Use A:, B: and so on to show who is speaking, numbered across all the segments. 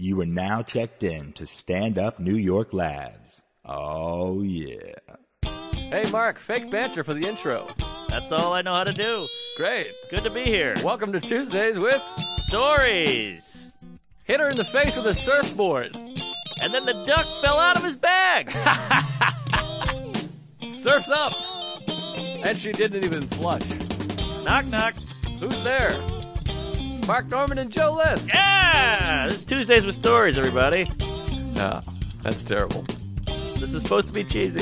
A: You are now checked in to Stand Up New York Labs. Oh, yeah.
B: Hey, Mark, fake banter for the intro.
C: That's all I know how to do.
B: Great.
C: Good to be here.
B: Welcome to Tuesdays with
C: Stories.
B: Hit Her in the Face with a Surfboard.
C: And then the duck fell out of his bag.
B: Surf's up. And she didn't even flush.
C: knock, knock.
B: Who's there? Mark Norman and Joe List.
C: Yeah! This is Tuesdays with Stories, everybody.
B: Ah, that's terrible.
C: This is supposed to be cheesy.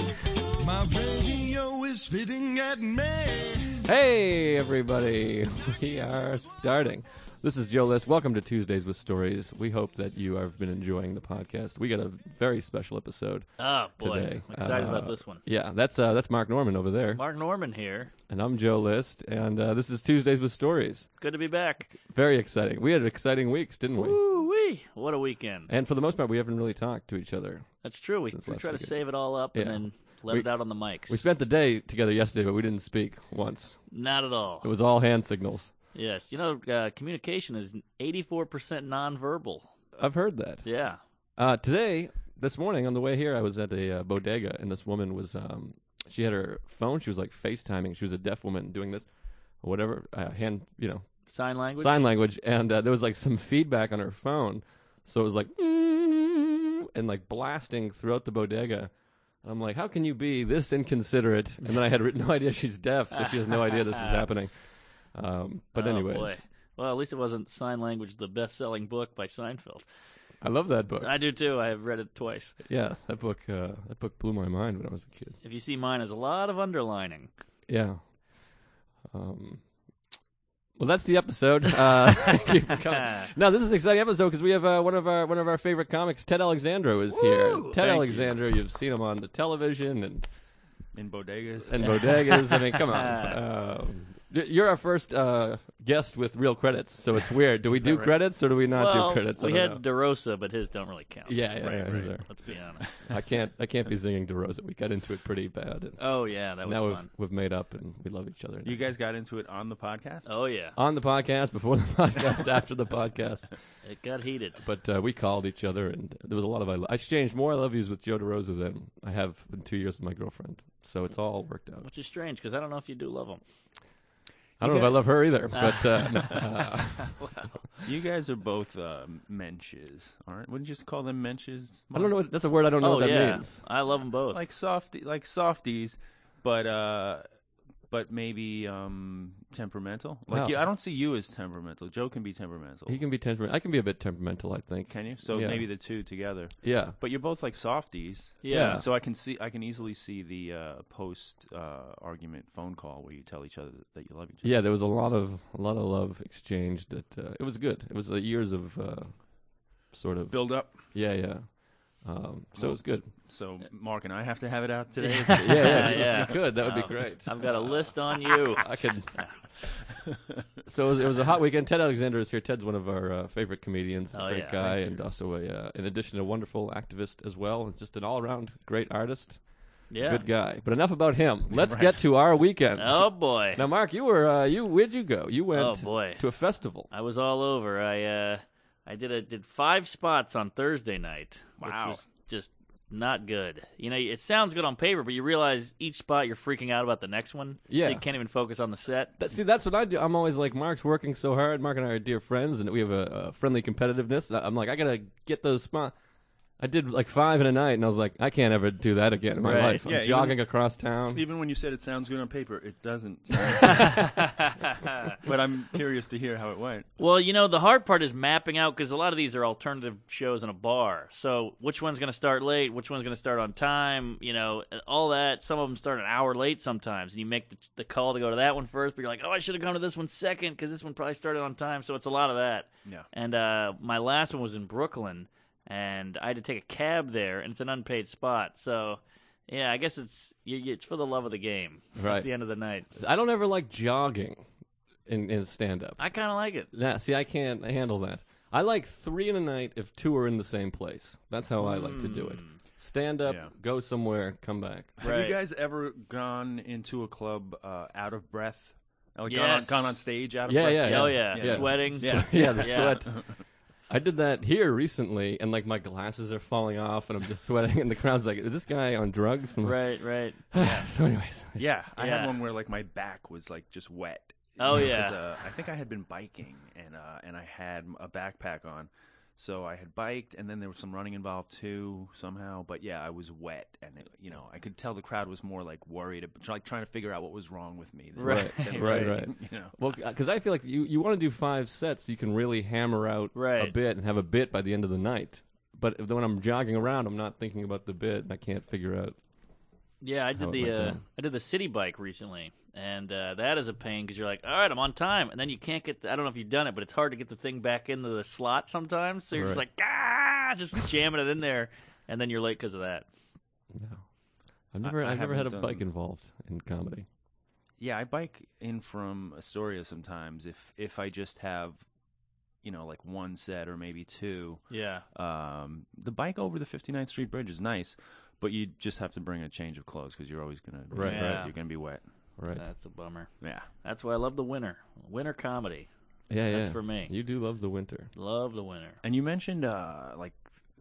D: My radio is spitting at me.
B: Hey, everybody. We are starting. This is Joe List. Welcome to Tuesdays with Stories. We hope that you have been enjoying the podcast. We got a very special episode
C: Oh, boy.
B: today.
C: I'm excited
B: Uh,
C: about this one.
B: Yeah, that's uh, that's Mark Norman over there,
C: Mark Norman here.
B: and I'm Joe List, and uh, this is Tuesdays with Stories.
C: Good to be back.
B: Very exciting. We had exciting weeks, didn't we?
C: Woo-wee. What a weekend.
B: And for the most part, we haven't really talked to each other.
C: That's true. We,
B: Since
C: we
B: last
C: try to
B: weekend.
C: save it all up and
B: Yeah.
C: then let
B: We-
C: it out on the mics.
B: We spent the day together yesterday, but we didn't speak once.
C: Not at all.
B: It was all hand signals.
C: Yes. You know, uh, communication is 84% nonverbal.
B: I've heard that.
C: Yeah.
B: Uh, today, this morning on the way here, I was at a uh, bodega, and this woman was. Um, she had her phone. She was like FaceTiming. She was a deaf woman doing this, whatever uh, hand, you know,
C: Sign language.
B: sign language, and uh, there was like some feedback on her phone, so it was like and like blasting throughout the bodega. And I'm like, how can you be this inconsiderate? And then I had written no idea she's deaf, so she has no idea this is happening. Um, but
C: Oh,
B: anyways,
C: boy. Well, at least it wasn't Sign Language, the best-selling book by Seinfeld.
B: I love that book.
C: I do too. I have read it twice.
B: yeah, that book. Uh, that book blew my mind when I was a kid.
C: If you see mine, there's a lot of underlining.
B: Yeah. Um, well, that's the episode. Uh, keep coming. no, this is an exciting episode because we have uh, one of our one of our favorite comics, Ted Alexandro, is here.
C: Woo!
B: Ted
C: Thank you.
B: Alexandro, you. have seen him on the television and
E: in bodegas.
B: and bodegas. I mean, come on. Uh, you're our first uh, guest with real credits, so it's weird. Do we do credits or do we not
C: well,
B: do credits? I
C: we
B: don't
C: had
B: know.
C: DeRosa, but his don't really count.
B: yeah, yeah, yeah, he's there.
C: Let's be honest.
B: I can't. I can't be singing DeRosa. We got into it pretty bad, and
C: Oh yeah, that was
B: now we've,
C: fun.
B: we've made up and we love each other. now.
E: you guys got into it on the podcast.
C: Oh yeah,
B: on the podcast, before the podcast, after the podcast.
C: it got heated.
B: But uh, we called each other, and there was a lot of I, lo- I exchanged more I love yous with Joe DeRosa than I have in two years with my girlfriend. So it's all worked out.
C: Which is strange because I don't know if you do love him.
B: I don't know if I love her either, but uh, no, uh,
E: You guys are both uh, menches, aren't? Wouldn't you just call them menches?
B: I don't know. What, that's a word I don't know
C: oh
B: what that
C: yeah,
B: means.
C: I love them both.
E: like softy, like softies, but uh, but maybe um, temperamental. Like
B: Wow.
E: you, I don't see you as temperamental. Joe can be temperamental.
B: He can be temperamental. I can be a bit temperamental, I think.
E: Can you? So
B: Yeah.
E: maybe the two together.
B: Yeah.
E: But you're both like softies.
C: yeah.
E: So I can see, I can easily see the uh, post uh, argument phone call where you tell each other that you love each other.
B: Yeah, there was a lot of a lot of love exchanged. That uh, it was good. It was uh, years of uh, sort of
E: Build up.
B: yeah, yeah. Um, so it was good.
E: So Mark and I have to have it out today.
B: Yeah, yeah.
C: yeah.
B: If you could, that would be great.
C: I've got a list on you.
B: I could. so it was, it was a hot weekend. Ted Alexander is here. Ted's one of our uh, favorite comedians, a
C: Oh,
B: great
C: yeah.
B: guy, and also a, uh, in addition, a wonderful activist as well, and just an all-around great artist,
C: Yeah.
B: good guy. But enough about him. Let's get to our weekends.
C: Oh boy.
B: Now, Mark, you were uh, you where'd you go? You went
C: Oh, boy.
B: to a festival.
C: I was all over. I uh, I did a, did five spots on Thursday night,
E: Wow.
C: which was just not good. You know, it sounds good on paper, but you realize each spot you're freaking out about the next one.
B: Yeah.
C: so you can't even focus on the set.
B: That, see, that's what I do. I'm always like, Mark's working so hard. Mark and I are dear friends, and we have a, a friendly competitiveness. I- I'm like, I gotta get those spots. I did like five in a night, and I was like, I can't ever do that again in my
C: Right.
B: life. I'm
E: Yeah, even-
B: jogging across town.
E: Even when you said it sounds good on paper, it doesn't. sound- but I'm curious to hear how it went.
C: Well, you know, the hard part is mapping out because a lot of these are alternative shows in a bar. So which one's going to start late? Which one's going to start on time? You know, and all that. Some of them start an hour late sometimes, and you make the, the call to go to that one first, but you're like, oh, I should have gone to this one second because this one probably started on time. So it's a lot of that.
E: Yeah.
C: And uh, my last one was in Brooklyn, and I had to take a cab there, and it's an unpaid spot. So, yeah, I guess it's you, you- it's for the love of the game.
B: Right.
C: At the end of the night,
B: I don't ever like jogging in, in stand up.
C: I kind of like it.
B: Nah, see, I can't handle that. I like three in a night if two are in the same place. That's how I like to do it.
C: Hmm.
B: Stand up,
E: Yeah.
B: go somewhere, come back.
C: Right.
E: Have you guys ever gone into a club uh, out of breath? Like gone, on,
C: Yes.
E: gone on stage out of
B: Yeah,
E: breath?
B: yeah,
C: Oh yeah,
B: Yeah.
C: sweating.
B: yeah, the
C: Yeah.
B: sweat. I did that here recently, and like my glasses are falling off, and I'm just sweating, and the crowd's like, "Is this guy on drugs?" And I'm like,
C: Right, right.
B: so, anyways,
E: Yeah, I
C: Yeah.
E: had one where like my back was like just wet.
C: Oh,
E: Because,
C: yeah.
E: uh, I think I had been biking and uh, and I had a backpack on, so I had biked and then there was some running involved too somehow. But yeah, I was wet and it, you know I could tell the crowd was more like worried, about, like trying to figure out what was wrong with me. Than,
C: Right,
E: than
B: right,
E: anything, You know.
B: well, because I feel like you you want to do five sets, so you can really hammer out a
C: Right.
B: bit and have a bit by the end of the night. But if- when I'm jogging around, I'm not thinking about the bit, and I can't figure out.
C: Yeah, I
B: How
C: did
B: it
C: the
B: went
C: uh,
B: down.
C: I did the city bike recently, and uh, that is a pain because you're like, all right, I'm on time, and then you can't get. The, I don't know if you've done it, but it's hard to get the thing back into the slot sometimes. So you're just
B: Right.
C: like, ah, just jamming it in there, and then you're late because of that.
B: No, I've never
E: I
B: I've never had a
E: haven't
B: bike
E: done-
B: involved in comedy.
E: Yeah, I bike in from Astoria sometimes if if I just have, you know, like one set or maybe two.
C: Yeah,
E: Um, the bike over the 59th Street Bridge is nice, but you just have to bring a change of clothes because you're always gonna
B: Right,
C: Yeah. right.
E: you're gonna be wet.
B: Right?
C: that's a bummer.
E: Yeah,
C: That's why I love the winter, winter comedy.
B: yeah, yeah.
C: That's for me.
B: You do love the winter.
C: Love the winter.
E: and you mentioned uh, like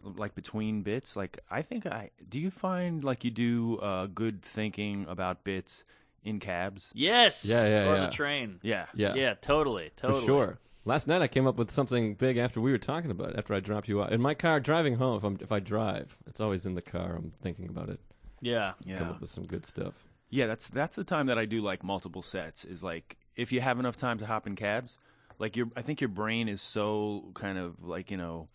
E: like between bits. Like I think I do you find like you do uh, good thinking about bits in cabs?
C: Yes.
B: Yeah, yeah,
C: Or
B: yeah.
C: the train.
E: Yeah,
B: Yeah,
C: Yeah, totally, totally.
B: For sure. Last night I came up with something big after we were talking about it, after I dropped you off. In my car driving home, if, I'm, if I drive, it's always in the car. I'm thinking about it.
C: Yeah.
B: Come
E: yeah,
B: up with some good stuff.
E: yeah. That's that's the time that I do like multiple sets. Is like if you have enough time to hop in cabs, like your I think your brain is so kind of like you know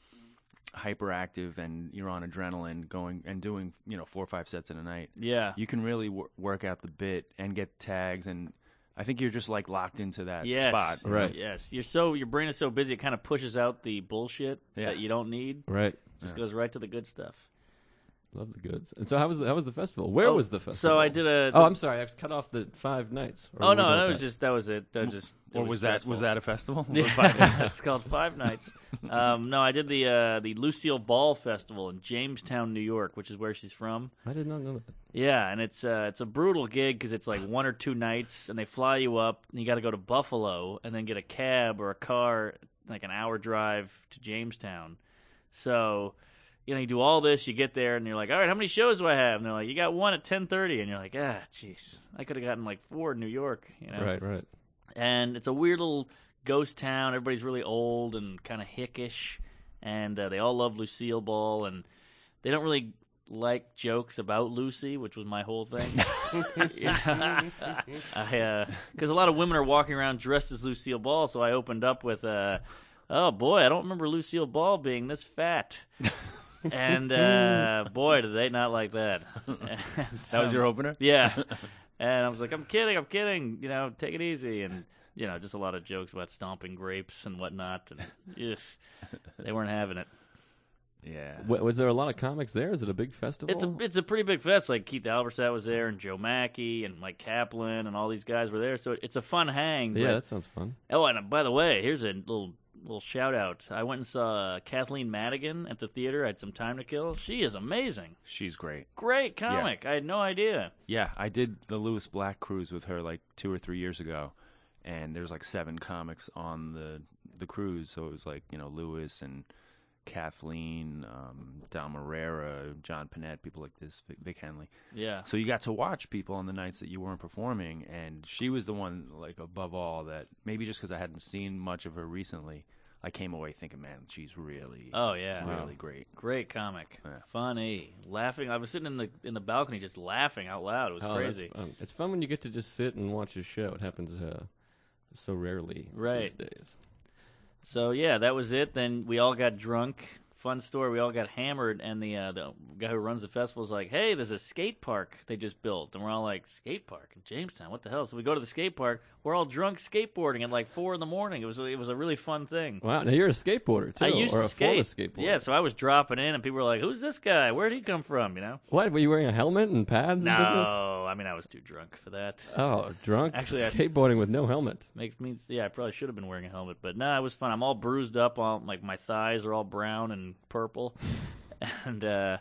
E: hyperactive and you're on adrenaline going and doing you know four or five sets in a night
C: Yeah.
E: you can really wor- work out the bit and get tags and i think you're just like locked into that
C: yes.
E: spot you know?
B: Right.
C: Yes. You're so your brain is so busy it kind of pushes out the bullshit
E: Yeah.
C: that you don't need.
B: Right.
C: Just
E: Yeah.
C: goes right to the good stuff.
B: Love the goods. And so how was the, how was the festival? Where
C: Oh,
B: was the festival?
C: So I did a
B: Oh, I'm sorry. I cut off the five nights. Or
C: Oh
B: we're
C: no,
B: done
C: that
B: with
C: was just that was it. That was just it
E: or was, that
C: stressful.
E: was that a festival
C: Yeah, it's called Five Nights. Um, no, I did the uh, the Lucille Ball Festival in Jamestown, New York, which is where she's from.
B: I did not know that.
C: Yeah, and it's uh, it's a brutal gig because it's like one or two nights, and they fly you up, and you got to go to Buffalo, and then get a cab or a car, like an hour drive to Jamestown. So, you know, you do all this, you get there, and you're like, all right, how many shows do I have? And they're like, you got one at ten thirty, and you're like, ah, jeez, I could have gotten like four in New York, you know?
B: Right, right.
C: and it's a weird little ghost town. Everybody's really old and kind of hickish, and uh, they all love Lucille Ball, and they don't really like jokes about Lucy, which was my whole thing. I because a lot of women are walking around dressed as Lucille Ball, so I opened up with uh, "Oh boy, I don't remember Lucille Ball being this fat." and uh, boy, did they not like that. um,
E: that was
C: your
E: your opener
C: yeah. And I was like, I'm kidding, I'm kidding. You know, take it easy. And, you know, just a lot of jokes about stomping grapes and whatnot. And ugh, they weren't having it.
E: yeah
B: Wa- was there a lot of comics there? Is it a big festival?
C: It's a, it's a pretty big fest. Like Keith Albersat was there and Joe Mackey and Mike Kaplan and all these guys were there. So it's a fun hang.
B: yeah,
C: but-
B: that sounds fun.
C: Oh, and uh, by the way, here's a little little shout out. I went and saw Kathleen Madigan at the theater. I had some time to kill. She is amazing.
E: she's great
C: Great comic. I had no idea.
E: yeah i did the lewis black cruise with her like two or three years ago and there's like seven comics on the the cruise so it was like you know lewis and kathleen um Don Marrera, john Panette, people like this Vic- vic henley
C: Yeah.
E: So you got to watch people on the nights that you weren't performing, and she was the one like above all that. Maybe just because I hadn't seen much of her recently, I came away thinking, man, she's really,
C: Oh, yeah.
E: really great.
C: Great comic,
E: Yeah.
C: funny, laughing. I was sitting in the in the balcony just laughing out loud. It was
B: Oh, that's
C: crazy.
B: fun. It's fun when you get to just sit and watch a show. It happens uh, so rarely
C: Right.
B: these days.
C: So yeah, that was it. Then we all got drunk. Fun story. We all got hammered, and the uh, the guy who runs the festival is like, "Hey, there's a skate park they just built," and we're all like, "Skate park in Jamestown? What the hell?" So we go to the skate park. We're all drunk skateboarding at like four in the morning. It was it was a really fun thing.
B: Wow, now you're a skateboarder too,
C: I used
B: or
C: to
B: a
C: skate.
B: former skateboarder.
C: Yeah, so I was dropping in, and people were like, "Who's this guy? Where'd he come from?" You know?
B: What were you wearing a helmet and pads?
C: No,
B: And business?
C: I mean I was too drunk for that.
B: Oh, drunk.
C: Actually, I-
B: skateboarding with no helmet.
C: Makes me yeah, I probably should have been wearing a helmet, but nah, it was fun. I'm all bruised up, all like my thighs are all brown and purple, and uh,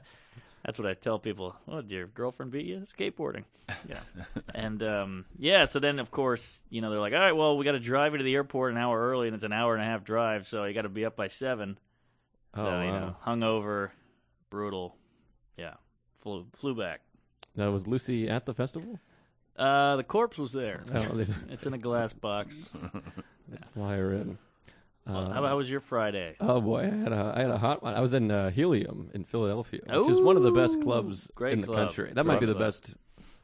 C: that's what I tell people. Oh, did your girlfriend beat you skateboarding? Yeah, and um, yeah. So then, of course, you know, they're like, all right, well, we got to drive you to the airport an hour early, and it's an hour and a half drive, so you got to be up by seven.
B: Oh,
C: so, you
B: wow.
C: know, hungover, brutal. Yeah, flew flew back.
B: Now, was Lucy at the festival?
C: Uh, the corpse was there.
B: Oh, Uh. they
C: It's in a glass box.
B: fly her in.
C: Well, how, how was your Friday?
B: Oh boy, I had a I had a hot one. I was in uh, Helium in Philadelphia, which is one of the best
C: Ooh,
B: clubs
C: great
B: in the
C: club.
B: country. That might
E: Love
B: be the
E: it.
B: best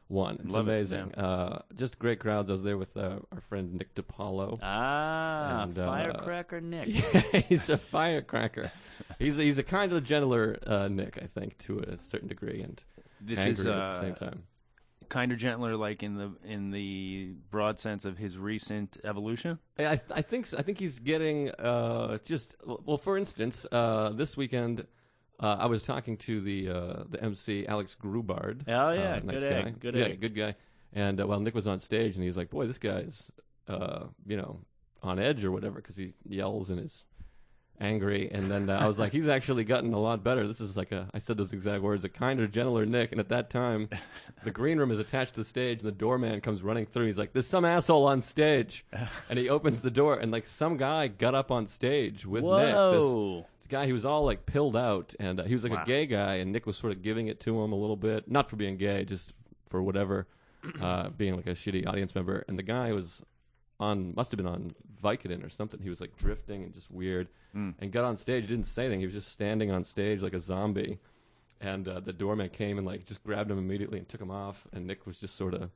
B: one. It's
E: Love it,
B: amazing. uh, just great crowds. I was there with uh, our friend Nick DiPaolo.
C: Ah,
B: And, uh,
C: firecracker Nick.
B: he's a firecracker. He's he's a kind of gentler uh, Nick, I think, to a certain degree, and
E: This
B: angry
E: is uh,
B: at the same time.
E: kind of gentler, like in the in the broad sense of his recent evolution.
B: I- I, I think so. I think he's getting uh, just well. For instance, uh, this weekend uh, I was talking to the uh, the MC Alex Grubard.
C: Oh, yeah,
B: uh, nice
C: good egg,
B: guy.
C: good
B: yeah,
C: egg.
B: good guy. And uh, while Nick was on stage, and he's like, "Boy, this guy's uh, you know on edge or whatever," because he yells and is angry. And then uh, I was like, "He's actually gotten a lot better. This is like a." I said those exact words: a kinder, gentler Nick. And at that time, the green room is attached to the stage, and the doorman comes running through. He's like, "There's some asshole on stage," and he opens the door, and like some guy got up on stage with Nick. This,
C: Whoa.
B: this guy, he was all like pilled out, and uh, he was like
C: Wow.
B: a gay guy, and Nick was sort of giving it to him a little bit, not for being gay, just for whatever, uh, being like a shitty audience member. And the guy was on, must have been on Vicodin or something. He was like drifting and just weird, and got on stage, didn't say anything. He was just standing on stage like a zombie. And uh, the doorman came and like just grabbed him immediately and took him off. And Nick was just sort of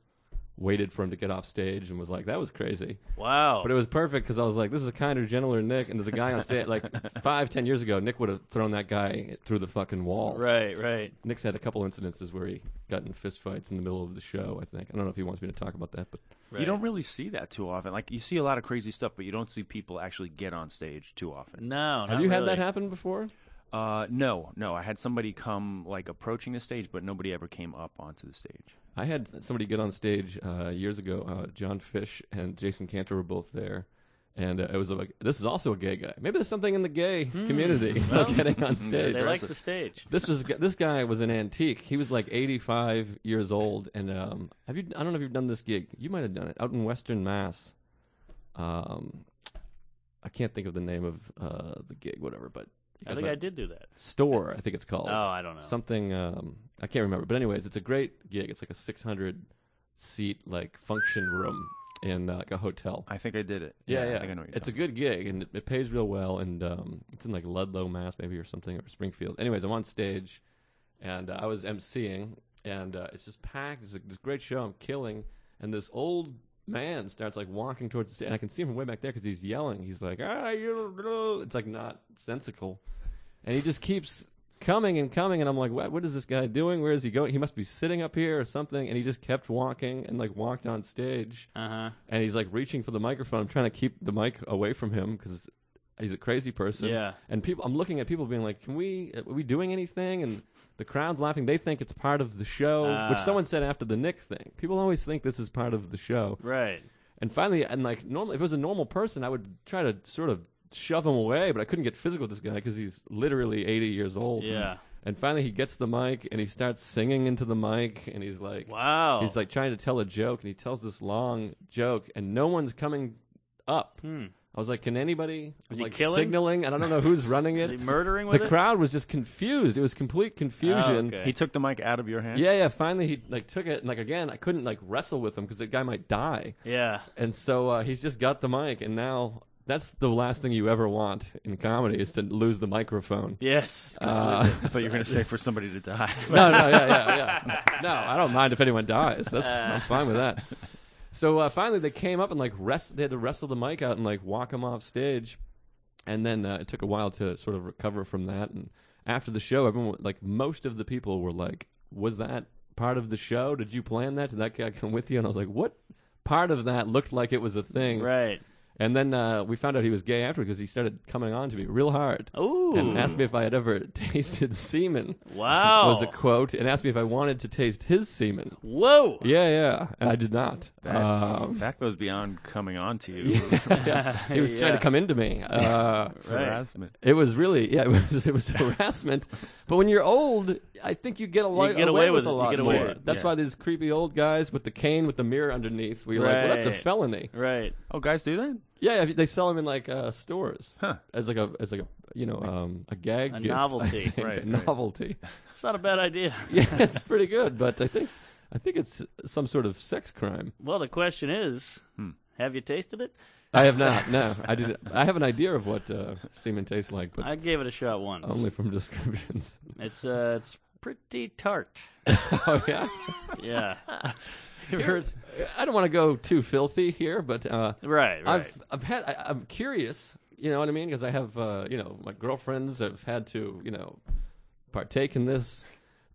B: waited for him to get off stage and was like, "That was crazy."
C: Wow.
B: But it was perfect because I was like, this is a kinder, gentler Nick. And there's a guy on stage, like five, ten years ago, Nick would have thrown that guy through the fucking wall.
C: right, right.
B: Nick's had a couple incidences where he got in fistfights in the middle of the show, I think. I don't know if he wants me to talk about that, but
C: Right.
E: You don't really see that too often. Like you see a lot of crazy stuff, but you don't see people actually get on stage too often.
C: No.
B: have you had that happen before?
E: Uh, no, no. I had somebody come like approaching the stage, but nobody ever came up onto the stage.
B: I had somebody get on stage uh, years ago. Uh, John Fish and Jason Cantor were both there. And uh, it was like, this is also a gay guy. Maybe there's something in the gay community about getting on stage.
C: Hmm. They like the stage.
B: this was this guy was an antique. He was like 85 years old, and um, have you? I don't know if you've done this gig. You might have done it out in Western Mass. Um, I can't think of the name of uh, the gig, whatever. But you
C: I
B: guys
C: think
B: might-
C: I did do that.
B: store. I think it's called.
C: Oh, I don't know.
B: Something um, I can't remember. But anyways, it's a great gig. It's like a 600 seat like function room in uh, like a hotel.
E: I think I did it.
B: Yeah, yeah.
E: I think I know what you're
B: it's a
E: talking
B: good gig and it, it pays real well. And um, it's in like Ludlow, Mass, maybe or something, or Springfield. Anyways, I'm on stage, and uh, I was emceeing, and uh, it's just packed. It's like this great show. I'm killing, and this old man starts like walking towards the stage, and I can see him from way back there because he's yelling. He's like, ah, you don't know." It's like not sensical, and he just keeps. Coming and coming, and I'm like, what? What is this guy doing? Where is he going? He must be sitting up here or something. And he just kept walking and like walked on stage,
C: Uh huh.
B: and he's like reaching for the microphone. I'm trying to keep the mic away from him because he's a crazy person.
C: Yeah.
B: And people, I'm looking at people being like, "Can we? uh, Are we doing anything?" And the crowd's laughing. They think it's part of the show, which
C: Ah.
B: someone said after the Nick thing. People always think this is part of the show.
C: Right.
B: And finally, and like normally, if it was a normal person, I would try to sort of shove him away, but I couldn't get physical with this guy because he's literally 80 years old.
C: Yeah.
B: And finally, he gets the mic and he starts singing into the mic, and he's like,
C: Wow.
B: He's like trying to tell a joke, and he tells this long joke, and no one's coming up. I was like, "Can anybody?" I was
C: Hmm. he
B: like
C: killing?
B: signaling, and I don't know who's running
C: Is he
B: it.
C: murdering
B: the
C: with it? Oh,
B: crowd was just confused. It was complete confusion.
C: okay.
E: about. He took the mic out of your hand.
B: Yeah, yeah. Finally, he like took it, and like again, I couldn't like wrestle with him because the guy might die,
C: Yeah.
B: and so uh, he's just got the mic, and now that's the last thing you ever want in comedy is to lose the microphone.
C: Yes.
B: Uh,
E: I thought you were going to say for somebody to die.
B: no, no, yeah, yeah, yeah. No, I don't mind if anyone dies. That's
C: Uh.
B: I'm fine with that. So uh, finally, they came up and like rest. They had to wrestle the mic out and like walk him off stage, and then uh, it took a while to sort of recover from that. And after the show, everyone like most of the people were like, "Was that part of the show? Did you plan that? Did that guy come with you?" And I was like, "What?" Part of that looked like it was a thing,
C: right.
B: and then uh, we found out he was gay after because he started coming on to me real hard
C: Ooh.
B: and asked me if I had ever tasted semen
C: wow.
B: was a quote and asked me if I wanted to taste his semen.
C: Whoa.
B: Yeah, yeah, and I did not.
E: That,
B: Um,
E: that goes beyond coming on to you.
B: he was trying
C: Yeah.
B: to come into me. Uh,
E: Harassment.
B: it was really, yeah, it was, it was harassment. But when you're old, I think you get a lot
C: You get away with
B: a
C: it. You
B: lot
C: get away
B: more.
C: with it.
B: That's
E: Yeah.
B: why these creepy old guys with the cane with the mirror underneath, where you're like, well, that's a
C: Right.
B: felony.
C: Right.
E: Oh, guys do that?
B: Yeah, yeah, they sell them in like uh, stores
E: Huh.
B: as like a as like a you know um, a gag
C: A
B: gift, I
C: novelty,
B: think,
E: right,
B: a
E: right.
B: novelty.
C: It's not a bad idea.
B: yeah, it's pretty good, but I think I think it's some sort of sex crime.
C: Well, the question is,
B: Hmm.
C: have you tasted it?
B: I have not. No, I did. I have an idea of what uh, semen tastes like, but
C: I gave it a shot once.
B: only from descriptions.
C: It's uh, it's pretty tart.
B: oh yeah.
C: Yeah. You ever-
B: Here's- I don't want to go too filthy here, but uh,
C: right, right.
B: I've I've had I, I'm curious. You know what I mean? Because I have uh, you know my girlfriends have had to you know partake in this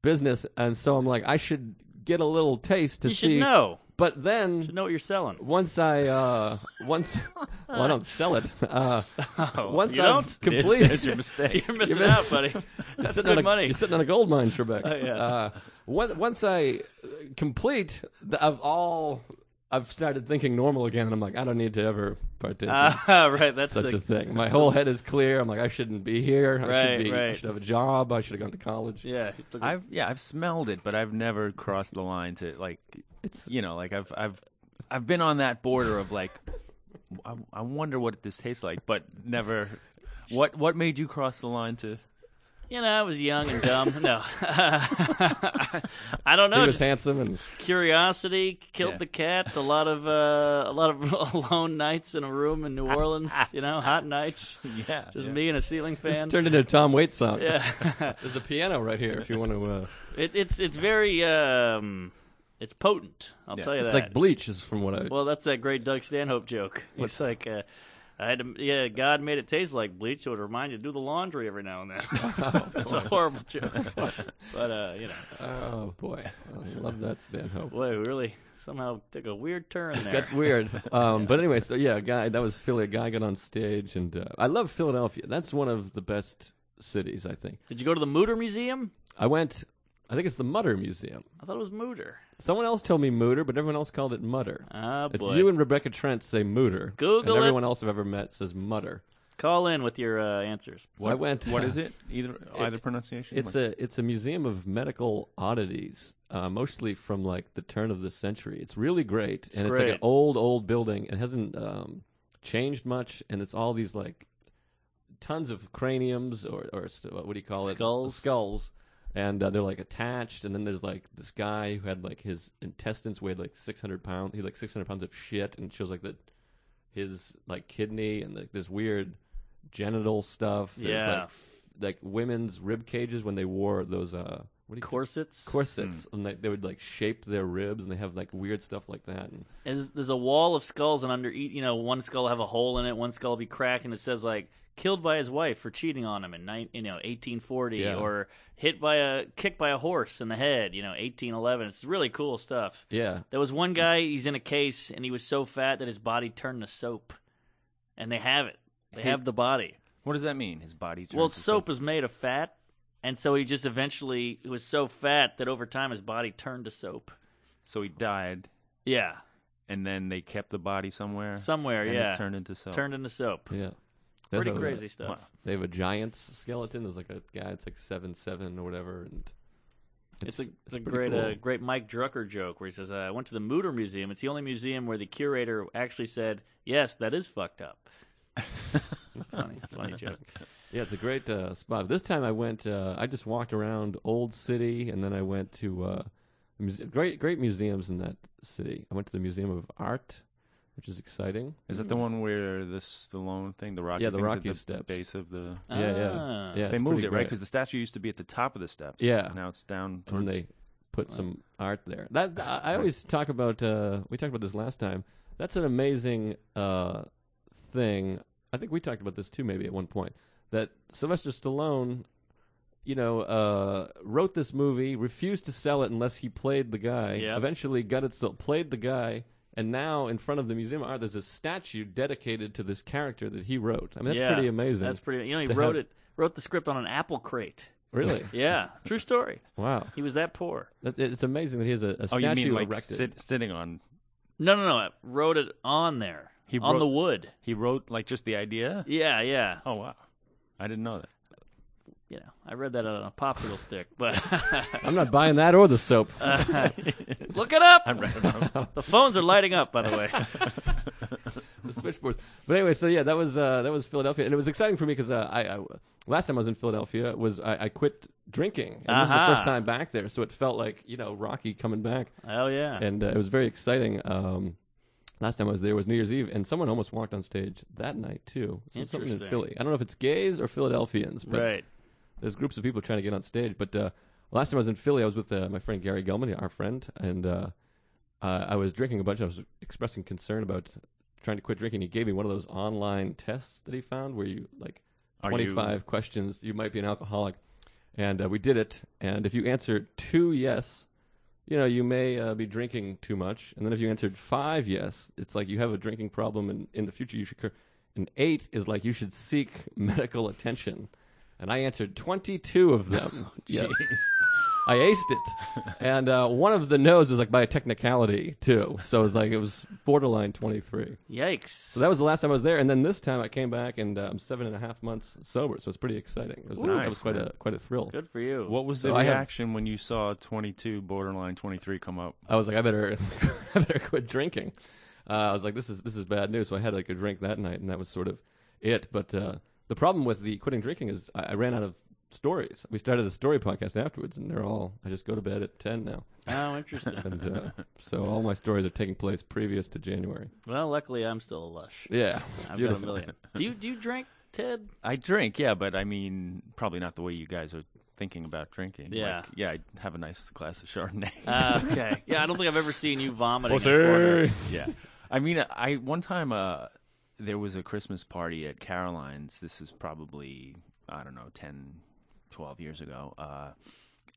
B: business, and so I'm like I should get a little taste to
C: you should
B: see.
C: know.
B: But then
C: You should know what you're selling.
B: once I uh, once well, I don't sell it. Uh, once
C: you
B: I've
C: don't?
B: completed,
E: That's your mistake.
C: You're missing
B: been-
C: out, buddy.
B: you're
C: That's
B: sitting on
C: good
B: a,
C: money. Oh,
B: You're sitting on a gold mine, Trebek.
C: yeah.
B: uh, once, once I uh, complete, the, I've all I've started thinking normal again, and I'm like, I don't need to ever partake. in
C: Ah, right. That's
B: Such
C: the
B: a thing. My whole head is clear. I'm like, I shouldn't be here. I
C: Right,
B: should be. I
C: right.
B: should have a job. I should have gone to college.
C: yeah.
E: I've yeah, I've smelled it, but I've never crossed the line to like
B: It's
E: you know, like I've I've I've been on that border of like I, I wonder what this tastes like, but never. What what made you cross the line to?
C: You know, I was young and dumb. No, I don't
B: he
C: know.
B: was
C: Just
B: handsome and
C: curiosity killed
E: Yeah.
C: the cat. A lot of uh, a lot of alone nights in a room in New Orleans. you know, hot nights.
E: Yeah,
C: Just me and a ceiling fan.
B: it's turned into a Tom Waits song.
C: yeah,
B: There's a piano right here if you want to. Uh,
C: it, it's it's very um, it's potent. I'll
E: Yeah.
C: tell you
B: it's
C: that.
B: like bleach is from what I.
C: well, that's that great Doug Stanhope joke. It's like. Uh, I had to, yeah, God made it taste like bleach, so it remind you to do the laundry every now and then. That's a horrible joke, but uh, you know,
B: oh boy, I love that Stanhope.
C: boy, we really somehow took a weird turn there.
B: That's weird. Um, but anyway, so yeah, a guy that was Philly. A guy got on stage, and uh, I love Philadelphia. That's one of the best cities, I think.
C: Did you go to the Mooter Museum?
B: I went. I think it's the Mutter Museum.
C: I thought it was Mooter.
B: Someone else told me Mooter, but everyone else called it Mutter.
C: Ah,
B: It's
C: boy.
B: you and Rebecca Trent say Mooter.
C: Google
B: and
C: it.
B: everyone else I've ever met says Mutter.
C: Call in with your uh, answers.
B: I went.
E: What is it? Either either pronunciation?
B: It's a it's a museum of medical oddities, uh, mostly from like the turn of the century. It's really great, and it's like an
C: great.
B: old old building. It hasn't um, changed much, and it's all these like tons of craniums or or s- uh, what do you call it?
C: Skulls.
B: Skulls. And uh, they're like attached, and then there's like this guy who had like his intestines weighed like 600 pounds. He had, like 600 pounds of shit, and it shows like the his like kidney and like this weird genital stuff. There's
C: Yeah.
B: like f- like women's rib cages when they wore those uh what do you call
C: Corsets.
B: corsets and they, they would like shape their ribs and they have like weird stuff like that. And
C: There's, there's a wall of skulls, and under each, you know, one skull will have a hole in it, one skull will be cracked, and it says like killed by his wife for cheating on him in nine, you know 1840,
B: Yeah.
C: or hit by a kicked by a horse in the head, you know 1811. It's really cool stuff.
B: yeah,
C: There was one guy, he's in a case, and he was so fat that his body turned to soap, and they have it. They have the body.
E: what does that mean? His body. turns
C: Well,
E: to
C: soap is made of fat, and so he just eventually he was so fat that over time his body turned to soap.
E: So he died,
C: Yeah,
E: and then they kept the body somewhere.
C: somewhere.
E: and
C: yeah,
E: It turned into soap.
C: Turned into soap.
B: yeah. That's what
C: Pretty
B: it was
C: crazy
B: like.
C: stuff.
B: They have a giant's skeleton. There's like a guy. It's like seven seven or whatever. And
C: It's, a, it's a
B: pretty
C: great uh,
B: cool.
C: great Mike Drucker joke where he says, "I went to the Mooter Museum. It's the only museum where the curator actually said, yes, that is fucked up.'" it's funny, funny joke.
B: yeah, it's a great uh, spot. This time I went. Uh, I just walked around Old City, and then I went to uh, muse- great great museums in that city. I went to the Museum of Art, which is exciting.
E: Is that the one where the Stallone thing, the Rocky?
B: Yeah, the
E: thing's at
B: Rocky
E: the
B: steps.
E: Base of the.
B: Yeah, yeah,
C: Ah.
B: yeah.
E: they
B: it's
E: moved
B: pretty
E: it right
B: great.
E: because the statue used to be at the top of the steps.
B: Yeah.
E: Now it's down. Towards,
B: and they put some art there. That I, I always talk about. Uh, we talked about this last time. That's an amazing uh, thing. I think we talked about this too, maybe at one point. That Sylvester Stallone, you know, uh, wrote this movie, refused to sell it unless he played the guy.
C: Yep.
B: Eventually, got it sold, played the guy. And now, in front of the Museum of Art, there's a statue dedicated to this character that he wrote. I mean, that's
C: Yeah,
B: pretty amazing.
C: That's pretty. You know, he
B: to
C: wrote
B: have-
C: it. Wrote the script on an apple crate.
B: really
C: Yeah, true story.
B: wow.
C: He was that poor.
B: That, it's amazing that he has a, a
E: Oh,
B: statue
E: you mean like
B: erected.
E: sit, sitting on?
C: No, no, no. I wrote it on there.
E: He
C: on
E: wrote-
C: the wood.
E: He wrote like just the idea.
C: Yeah, yeah.
E: Oh wow, I didn't know that.
C: You know, I read that on a popsicle stick, but
B: I'm not buying that or the soap.
C: look it up.
E: I read about.
C: The phones are lighting up, by the way.
B: the switchboards. But anyway, so yeah, that was uh, that was Philadelphia, and it was exciting for me because uh, I, I last time I was in Philadelphia was I, I quit drinking, and this is the
C: Aha.
B: first time back there, so it felt like you know Rocky coming back,
C: Hell yeah.
B: and uh, it was very exciting. Um, last time I was there was New Year's Eve, and someone almost walked on stage that night too. So it's something in
C: Interesting.
B: Philly. I don't know if it's gays or Philadelphians, but
C: right.
B: there's groups of people trying to get on stage. But uh, last time I was in Philly, I was with uh, my friend Gary Gelman, our friend, and uh, uh, I was drinking a bunch. I was expressing concern about trying to quit drinking. He gave me one of those online tests that he found where you like
E: Are you-
B: 25 questions. You might be an alcoholic, and uh, we did it. And if you answer two yes. You know, you may uh, be drinking too much, and then if you answered five yes, it's like you have a drinking problem, and in the future you should. Cur- and eight is like you should seek medical attention and I answered 22 of
E: Oh,
B: them. yes. I aced it. And uh, one of the no's was like by a technicality, too. So it was like it was borderline 23.
C: Yikes.
B: So that was the last time I was there. And then this time I came back and uh, I'm seven and a half months sober. So it's pretty exciting. It was, that
E: Nice,
B: was quite,
E: man.
B: a, quite a thrill.
C: Good for you.
E: What was the
B: So I have-
E: reaction when you saw 22 borderline 23 come up?
B: I was like, I better, I better quit drinking. Uh, I was like, this is this is bad news. So I had like a drink that night, and that was sort of it. But uh, the problem with the quitting drinking is I, I ran out of stories. We started a story podcast afterwards, and they're all I just go to bed at ten now,
C: Oh, interesting.
B: and uh, so all my stories are taking place previous to January.
C: well, luckily I'm still a lush.
B: Yeah,
C: I've got a
B: beautiful.
C: million. Do you do you drink, Ted?
E: I drink, yeah, but I mean, probably not the way you guys are thinking about drinking.
C: Yeah.
E: Like, yeah, I have a nice glass of Chardonnay.
C: Uh, okay. Yeah, I don't think I've ever seen you vomiting. in a corner.
E: yeah. I mean, I one time uh, there was a Christmas party at Caroline's. This is probably I don't know 10, 12 years ago. Uh,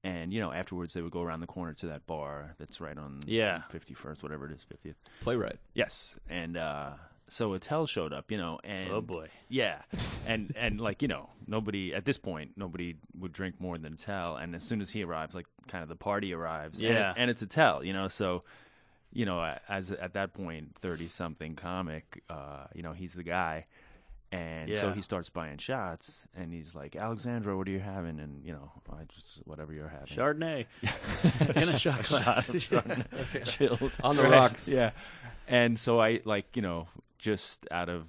E: and you know, afterwards they would go around the corner to that bar that's right on
C: Yeah.
E: fifty first, whatever it is, fiftieth.
B: Playwright.
E: Yes, and uh, so Attell showed up, you know, and
C: Oh boy.
E: yeah, and and like you know, nobody at this point, nobody would drink more than Attell, and as soon as he arrives, like kind of the party arrives, and-
C: Yeah.
E: and, it's Attell, you know, so. You know, as at that point, thirty something comic, uh, you know, he's the guy, and so
C: Yeah.
E: he starts buying shots, and he's like, "Alexandra, what are you having?" And you know, I just whatever you're having,
C: Chardonnay in a shot glass.
E: chilled
B: On the rocks.
E: Yeah. And so I like, you know, just out of,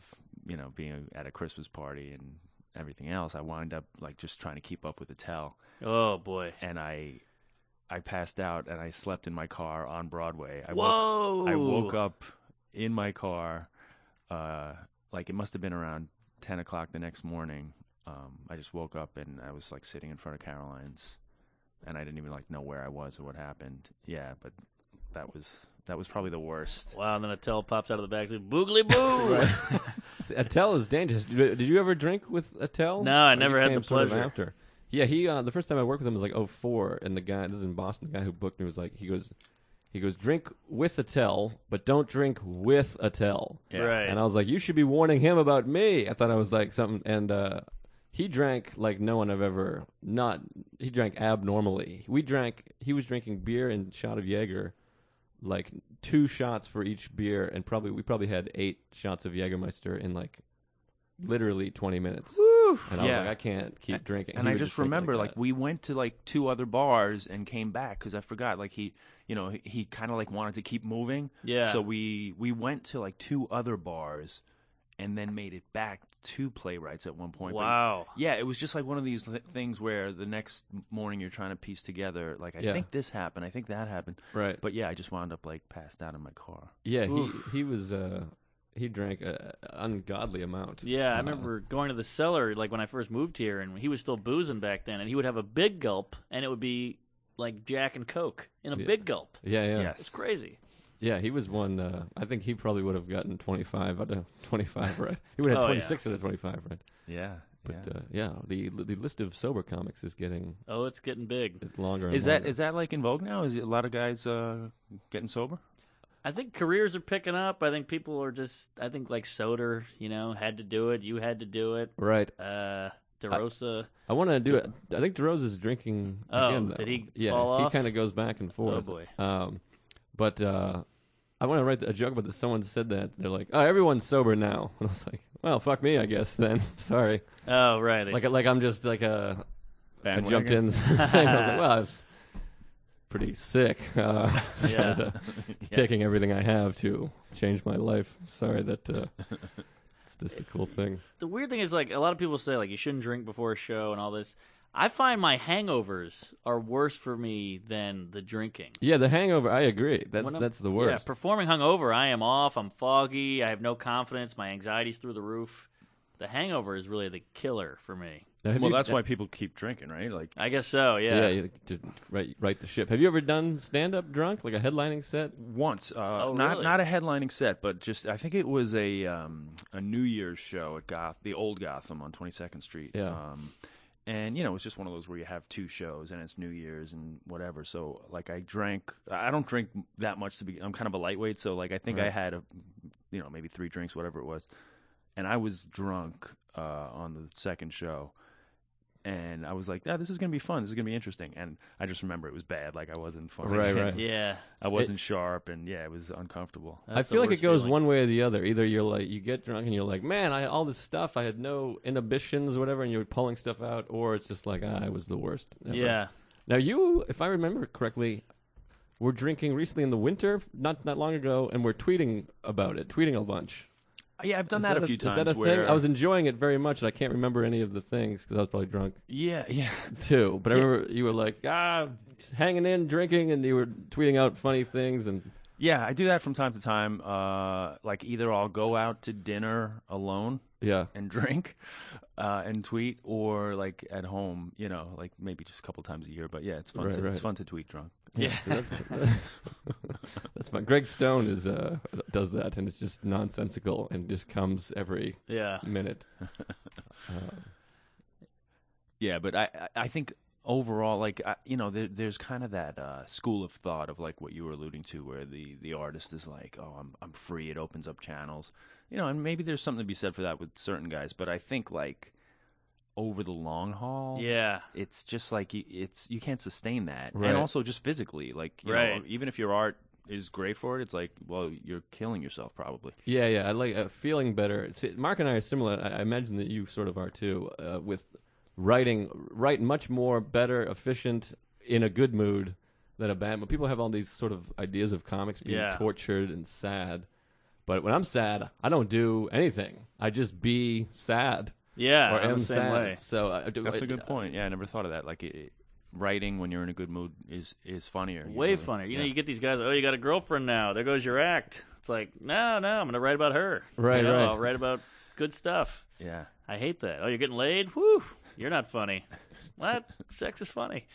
E: you know, being at a Christmas party and everything else, I wind up like just trying to keep up with the tell
C: oh boy.
E: and I I passed out and I slept in my car on Broadway. I woke
C: Whoa.
E: I woke up in my car uh like it must have been around 10 o'clock the next morning. Um, I just woke up and I was like sitting in front of Caroline's, and I didn't even like know where I was or what happened. Yeah, but that was that was probably the worst.
C: Wow, and then a tail pops out of the back. Like, Boogly boo.
B: Attell is dangerous. Did did you ever drink with Attell?
C: No, I
B: Or you
C: never had
B: came
C: the
B: sort of
C: pleasure.
B: after. Yeah, he uh, the first time I worked with him was like '04, and the guy this is in Boston. The guy who booked me was like, he goes, he goes, drink with Attell, but don't drink with Attell.
C: Right.
B: And I was like, you should be warning him about me. I thought I was like something, and uh, he drank like no one I've ever not. He drank abnormally. We drank. He was drinking beer and shot of Jaeger, like two shots for each beer, and probably we probably had eight shots of Jägermeister in like literally twenty minutes. And I was
E: Yeah.
B: like, I can't keep drinking.
E: And
B: He
E: I
B: would
E: just
B: drink
E: remember, like,
B: that.
E: we went to like two other bars and came back because I forgot. Like he, you know, he, he kind of like wanted to keep moving.
C: Yeah.
E: So we we went to like two other bars, and then made it back to playwrights at one point. But
C: Wow.
E: yeah, it was just like one of these th- things where the next morning you're trying to piece together. Like I
B: Yeah.
E: think this happened. I think that happened.
B: right.
E: But yeah, I just wound up like passed out in my car.
B: yeah, he he was uh, he drank an ungodly amount.
C: Yeah, I
B: Uh,
C: remember going to the cellar like when I first moved here, and he was still boozing back then, and he would have a big gulp, and it would be like Jack and Coke in a
B: Yeah.
C: big gulp.
B: Yeah, yeah.
E: Yes.
C: It's crazy.
B: Yeah, he was one. Uh, I think he probably would have gotten 25 out of 25, right? He would have
C: Oh,
B: had
C: yeah.
B: 26 out of 25, right?
E: Yeah.
B: But
E: yeah.
B: yeah, uh, yeah the the list of sober comics is getting
C: Oh, it's getting big.
B: is longer. And
E: is that
B: longer.
E: is that like in vogue now? Is it a lot of guys uh, getting sober?
C: I think careers are picking up. I think people are just. I think like Soder, you know, had to do it. You had to do it.
B: right?
C: Uh, DeRosa.
B: I want to do it. I think DeRose is drinking.
C: Oh,
B: again, though.
C: did he
B: Yeah,
C: fall
B: he
C: off? Oh,
B: kind of goes back and forth.
C: boy.
B: Um, but uh, I want to write a joke about this. Someone said that they're like, "Oh, everyone's sober now," and I was like, "Well, fuck me, I guess then." Sorry.
C: oh, right.
B: Like like I'm just like a I jumped in. I was like, well, I was, pretty sick. Uh, so
C: Yeah.
B: that, uh, it's taking everything I have to change my life. Sorry that uh, it's just a cool thing.
C: the weird thing is like a lot of people say like you shouldn't drink before a show and all this. I find my hangovers are worse for me than the drinking.
B: Yeah, the hangover. I agree. That's
C: When I'm-
B: that's the
C: Yeah,
B: worst.
C: performing hungover, I am off. I'm foggy. I have no confidence. My anxiety's through the roof. The hangover is really the killer for me.
B: Now, have
E: well,
B: you-
E: that's why people keep drinking, right? Like,
C: I guess so.
B: Yeah,
C: Yeah.
B: you like to right, right the ship. Have you ever done stand up drunk, like a headlining set?
E: once. Uh,
C: Oh,
E: not
C: really?
E: not a headlining set, but just I think it was a um, a New Year's show at Goth, the old Gotham on Twenty Second Street.
B: Yeah.
E: Um, and you know, it's just one of those where you have two shows and it's New Year's and whatever. So like, I drank. I don't drink that much to be. I'm kind of a lightweight, so like, I think I had a, you know, maybe three drinks, whatever it was, and I was drunk uh, on the second show. And I was like, "Yeah, this is gonna be fun. This is gonna be interesting." And I just remember it was bad. Like I wasn't funny.
B: Right, right.
C: Yeah.
E: I wasn't sharp, and yeah, it was uncomfortable.
B: I
C: That's the
B: feel like it
C: worst
B: goes
C: feeling.
B: one way or the other. Either you're like you get drunk and you're like, man, I all this stuff. I had no inhibitions, or whatever, and you're pulling stuff out, or it's just like ah, I was the worst. ever.
C: Yeah.
B: Now you, if I remember correctly, were drinking recently in the winter, not not long ago, and we're tweeting about it, tweeting a bunch.
E: Yeah, I've done
B: Is
E: that, a few
B: is
E: times.
B: that a
E: where,
B: thing? I was enjoying it very much, and I can't remember any of the things because I was probably drunk.
E: yeah, yeah,
B: too. But I remember you were like, ah, just hanging in, drinking, and you were tweeting out funny things. And
E: yeah. I do that from time to time. Uh, like either I'll go out to dinner alone
B: yeah,
E: and drink, uh, and tweet, or like at home. You know, like maybe just a couple times a year. But yeah, it's fun.
B: Right,
E: to,
B: right.
E: It's fun to tweet drunk.
B: yeah. so that's, that's fine. Greg Stone is uh, does that, and it's just nonsensical and just comes every
C: Yeah.
B: minute.
E: Yeah, but I I- I think overall, like I, you know, there, there's kind of that uh, school of thought of like what you were alluding to, where the the artist is like, oh, I'm I'm free. It opens up channels, you know, and maybe there's something to be said for that with certain guys, but I think like over the long haul,
C: Yeah.
E: it's just like you, it's you can't sustain that,
B: Right.
E: and also just physically, like you
C: Right.
E: know, even if your art is great for it, it's like well, you're killing yourself probably.
B: Yeah, yeah. I like uh, feeling better. See, Mark and I are similar. I, I imagine that you sort of are too. Uh, with writing, write much more better, efficient, in a good mood than a bad. mood. people have all these sort of ideas of comics being
C: Yeah.
B: tortured and sad. But when I'm sad, I don't do anything. I just be sad
C: Yeah.
B: or
C: I'm
B: am
C: the same
B: sad.
C: way.
B: So I, do,
E: That's
B: I- uh,
E: a good point. Yeah, I never thought of that. Like. It, it- Writing when you're in a good mood is is funnier.
C: Way
E: usually.
C: funnier. You know,
E: Yeah.
C: you get these guys. Oh, you got a girlfriend now. There goes your act. It's like, no, no. I'm gonna write about her. You
B: Right,
C: know,
B: right.
C: I'll write about good stuff.
E: Yeah.
C: I hate that. Oh, you're getting laid? Whew. You're not funny. What? Sex is funny.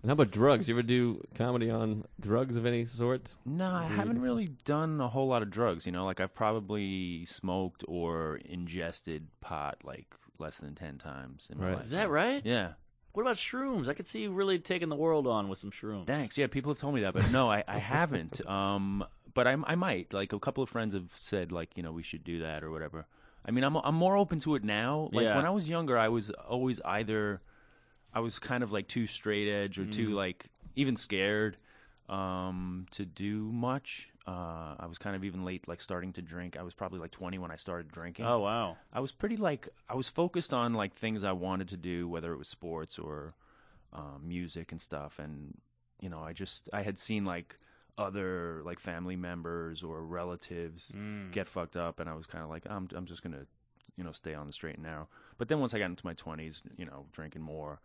B: And how about drugs? You ever do comedy on drugs of any sort?
E: No, I haven't really done a whole lot of drugs. You know, like I've probably smoked or ingested pot like less than ten times in my
B: Right.
E: life.
C: Is that right?
E: Yeah.
C: What about shrooms? I could see you really taking the world on with some shrooms.
E: Thanks. Yeah, people have told me that, but no, I, I haven't. Um, but I, I might. Like a couple of friends have said, like you know, we should do that or whatever. I mean, I'm I'm more open to it now. Like
C: Yeah.
E: when I was younger, I was always either I was kind of like too straight edge or too like even scared um, to do much. Uh, I was kind of even late, like starting to drink. I was probably like 20 when I started drinking.
C: Oh wow.
E: I was pretty like I was focused on like things I wanted to do, whether it was sports or um, music and stuff. And you know, I just I had seen like other like family members or relatives get fucked up, and I was kind of like, I'm I'm just gonna you know stay on the straight and narrow. But then once I got into my twenties, you know, drinking more,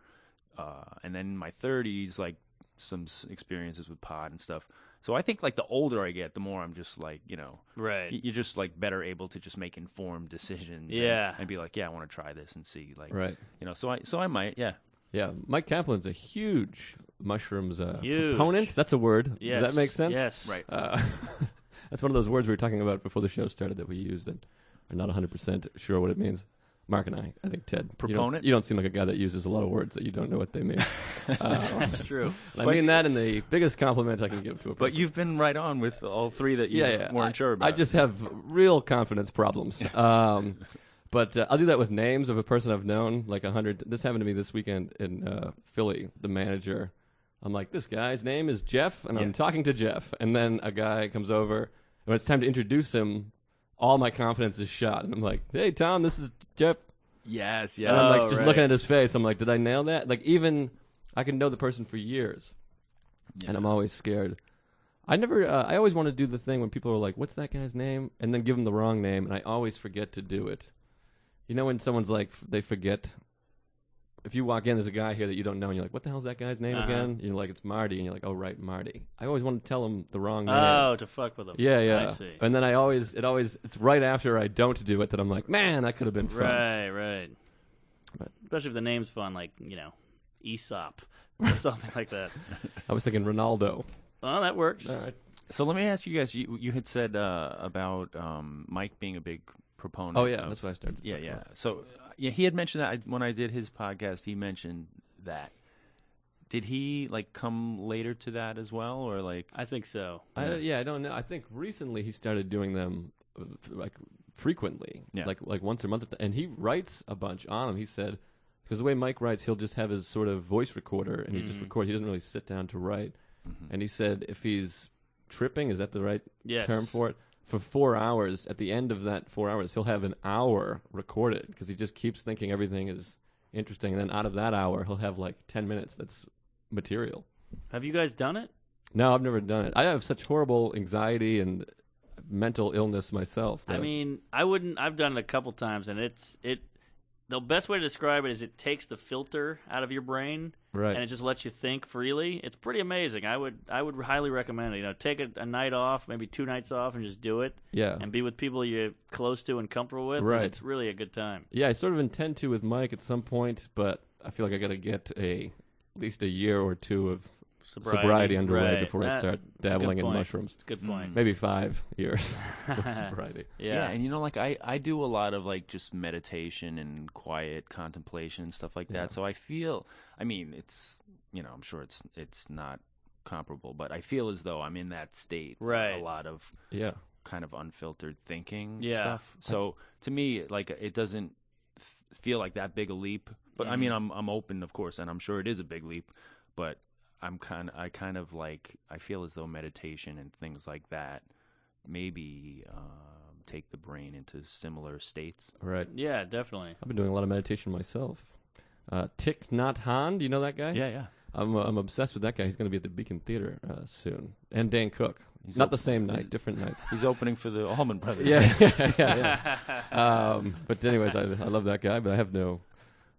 E: uh, and then in my thirties, like some s- experiences with pot and stuff. So I think like the older I get, the more I'm just like you know
C: Right.
E: y- you're just like better able to just make informed decisions. and-
C: Yeah.
E: and, be like, yeah, I want to try this and see, like,
B: Right.
E: you know. So I, so I might, yeah,
B: Yeah, Mike Kaplan's a huge mushrooms uh,
C: Huge.
B: proponent. That's a word.
C: Yes.
B: Does that make sense?
C: Yes.
E: right.
B: Uh, that's one of those words we were talking about before the show started that we used and are not 100% sure what it means. Mark and I, I think Ted. you don't-
E: Proponent?
B: You don't, seem like a guy that uses a lot of words that you don't know what they mean.
C: That's true.
B: And I mean that in the biggest compliment I can give to a person.
E: But you've been right on with all three that you
B: yeah, yeah.
E: weren't
B: I,
E: sure about.
B: I just have real confidence problems. Um, but uh, I'll do that with names of a person I've known, like a hundred. This happened to me this weekend in uh, Philly. The manager, I'm like, this guy's name is Jeff, and I'm talking to Jeff, and then a guy comes over, and when it's time to introduce him, all my confidence is shot, and I'm like, hey Tom, this is Jeff.
E: yes,
B: And I'm
E: yeah,
B: like
C: Oh,
B: just
C: right.
B: looking at his face. I'm like, did I nail that? Like even I can know the person for years, and I'm always scared. I never. Uh, I always want to do the thing when people are like, "What's that guy's name?" and then give them the wrong name, and I always forget to do it. You know, when someone's like, f- they forget. If you walk in, there's a guy here that you don't know, and you're like, "What the hell's that guy's name
C: Uh-huh.
B: again?" You're like, "It's Marty," and you're like, "Oh right, Marty." I always want to tell them the wrong name.
C: Oh, to fuck with them.
B: Yeah, yeah.
C: I see.
B: And then I always, it always, it's right after I don't do it that I'm like, man, that could have been fun.
C: Right, right.
B: But-
C: Especially if the name's fun, like you know, Aesop or something like that.
B: I was thinking Ronaldo.
C: Well, that works.
B: All right.
E: So let me ask you guys. You, you had said uh, about um, Mike being a big proponent.
B: Oh yeah,
E: of-
B: that's what I started. to
E: yeah,
B: talk
E: yeah.
B: about.
E: So uh, yeah, he had mentioned that I, when I did his podcast. He mentioned that. Did he like come later to that as well, or like?
C: I think so.
B: I, yeah, I don't know. I think recently he started doing them uh, f- like frequently,
E: Yeah.
B: like like once a month. And he writes a bunch on them. He said because the way Mike writes, he'll just have his sort of voice recorder and he
E: Mm.
B: just record. He doesn't really sit down to write.
E: Mm-hmm.
B: And he said if he's tripping, is that the right
C: Yes.
B: term for it? For four hours, at the end of that four hours, he'll have an hour recorded because he just keeps thinking everything is interesting. And then out of that hour, he'll have like ten minutes that's material.
C: Have you guys done it?
B: No, I've never done it. I have such horrible anxiety and mental illness myself.
C: I
B: that-
C: mean, I wouldn't. I've done it a couple times, and it's it. The best way to describe it is it takes the filter out of your brain
B: right?
C: and it just lets you think freely. It's pretty amazing. I would I would highly recommend it. You know, take a, a night off, maybe two nights off, and just do it,
B: yeah,
C: and be with people you're close to and comfortable with. and
B: Right.
C: it's really a good time.
B: yeah. I sort of intend to with Mike at some point, but I feel like I got to get a at least a year or two of sobriety, underway
C: Right.
B: before I
C: That-
B: start
C: that's a good
B: dabbling in
C: point.
B: mushrooms. Mm.
C: That's a good point.
B: Maybe five years of sobriety.
E: Yeah.
C: Yeah.
E: and you know, like I, I do a lot of like just meditation and quiet contemplation and stuff like that. So I feel, I mean, it's you know, I'm sure it's it's not comparable, but I feel as though I'm in that state.
C: Right.
E: a lot of
B: Yeah,
E: kind of unfiltered thinking
C: Yeah.
E: stuff. So to me, like it doesn't f- feel like that big a leap. But I mean, I'm I'm open, of course, and I'm sure it is a big leap. But I'm kind I kind of like I feel as though meditation and things like that maybe um, take the brain into similar states.
B: right.
C: Yeah, definitely.
B: I've been doing a lot of meditation myself. Uh, Thich Nhat Hanh, do you know that guy?
E: yeah.
B: I'm, uh, I'm obsessed with that guy. He's going to be at the Beacon Theater uh, soon, and Dan Cook. Not the same night, different nights.
E: He's opening for the Allman Brothers.
B: yeah, yeah, yeah. Um, but anyways, I, I love that guy, but I have no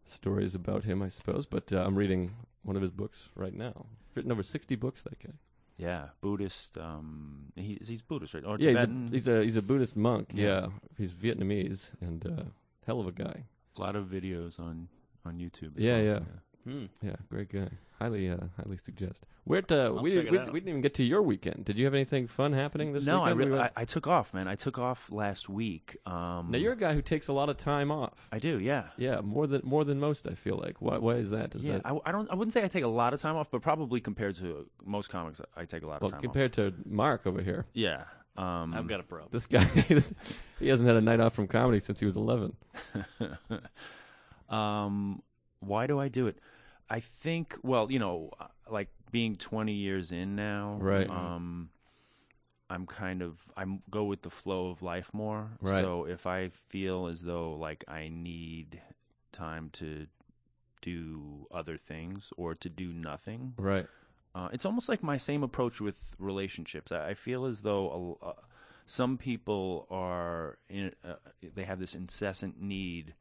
B: stories about him, I suppose. But uh, I'm reading one of his books right now. Written over 60 books, that guy.
E: yeah. Buddhist. Um, he, he's Buddhist, right? Or
B: yeah, he's
E: Tibetan.
B: a, he's a he's a Buddhist monk. Yeah, he's Vietnamese and uh, hell of a guy.
E: a lot of videos on on YouTube. as
B: Yeah,
E: well.
B: yeah.
C: Hmm.
B: Yeah, great guy. Highly, uh, highly suggest. Where uh, we
C: check
B: didn't,
C: it
B: we,
C: out.
B: we didn't even get to your weekend. Did you have anything fun happening this
E: no,
B: weekend?
E: I,
B: We
E: re-
B: went-
E: I I took off, man. I took off last week. Um,
B: now you're a guy who takes a lot of time off.
E: I do, yeah,
B: yeah, more than more than most. I feel like. Why? Why is that? Is
E: yeah.
B: that
E: I, I don't. I wouldn't say I take a lot of time off, but probably compared to most comics, I take a lot of
B: well
E: time. off.
B: compared to Mark over here?
E: yeah. Um,
B: Mm.
C: I've got a problem.
B: This guy, he hasn't had a night off from comedy since he was 11.
E: um, why do I do it? I think, well, you know, uh, like being 20 years in now,
B: Right.
E: Um, I'm kind of I'm go with the flow of life more.
B: Right.
E: So if I feel as though like I need time to do other things or to do nothing,
B: Right.
E: uh, it's almost like my same approach with relationships. I, I feel as though a, uh, some people are in, uh, they have this incessant need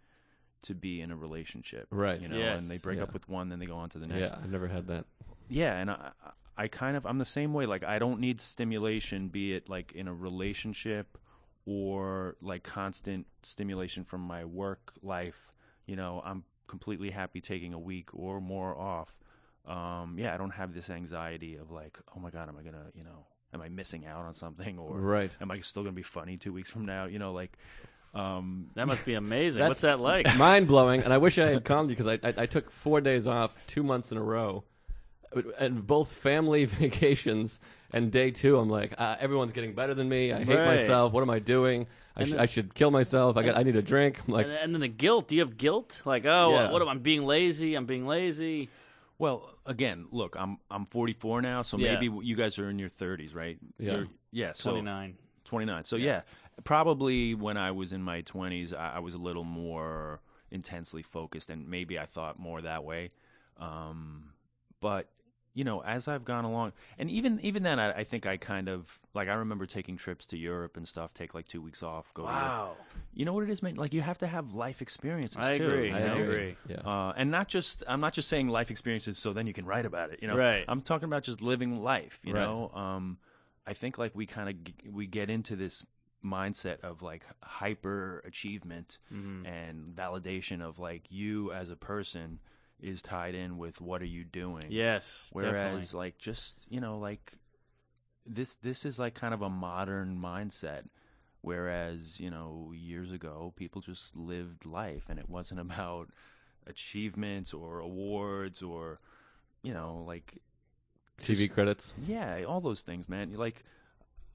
E: to be in a relationship,
B: Right.
E: You know,
C: Yes.
E: and they break
B: Yeah.
E: up with one, then they go on to the next.
B: Yeah, I've never had that.
E: Yeah, and I, I- I kind of I'm the same way. Like I don't need stimulation, be it like in a relationship or like constant stimulation from my work life. You know, I'm completely happy taking a week or more off. Um, yeah, I don't have this anxiety of like, oh my god, am I gonna, you know, am I missing out on something or
B: Right.
E: am I still gonna be funny two weeks from now? You know, like, um,
C: That must be amazing.
B: That's-
C: What's that like?
B: Mind blowing. And I wish I had calmed you because I, I, I took four days off two months in a row. And both family vacations and day two, I'm like, uh, everyone's getting better than me. I hate
C: Right.
B: myself. What am I doing? I, sh- I should kill myself. I got. I need a drink. I'm like,
C: and, and then the guilt. Do you have guilt? Like, oh,
B: Yeah.
C: what am I being lazy? I'm being lazy.
E: Well, again, look, I'm I'm 44 now, so
C: Yeah.
E: maybe you guys are in your 30s, right?
B: Yeah.
E: You're- yeah. So
C: 29.
E: 29. So yeah. probably when I was in my 20s, I, I was a little more intensely focused, and maybe I thought more that way. Um, but you know, as I've gone along, and even even then, I, I think I kind of like I remember taking trips to Europe and stuff, take like two weeks off, go. to-
C: Wow.
E: you know what it is, man? Like you have to have life experiences.
C: I
E: too,
C: agree.
E: you
C: I
E: know?
C: agree.
B: Yeah.
E: Uh, and not just I'm not just saying life experiences, so then you can write about it. You know,
C: Right.
E: I'm talking about just living life. You
B: Right.
E: know, um, I think like we kind of g- we get into this mindset of like hyper achievement
C: Mm.
E: and validation of like you as a person is tied in with what are you doing.
C: Yes.
E: Whereas
C: definitely.
E: like just you know like this this is like kind of a modern mindset. Whereas you know years ago people just lived life and it wasn't about achievements or awards or you know like
B: TV credits.
E: yeah, all those things, man. Like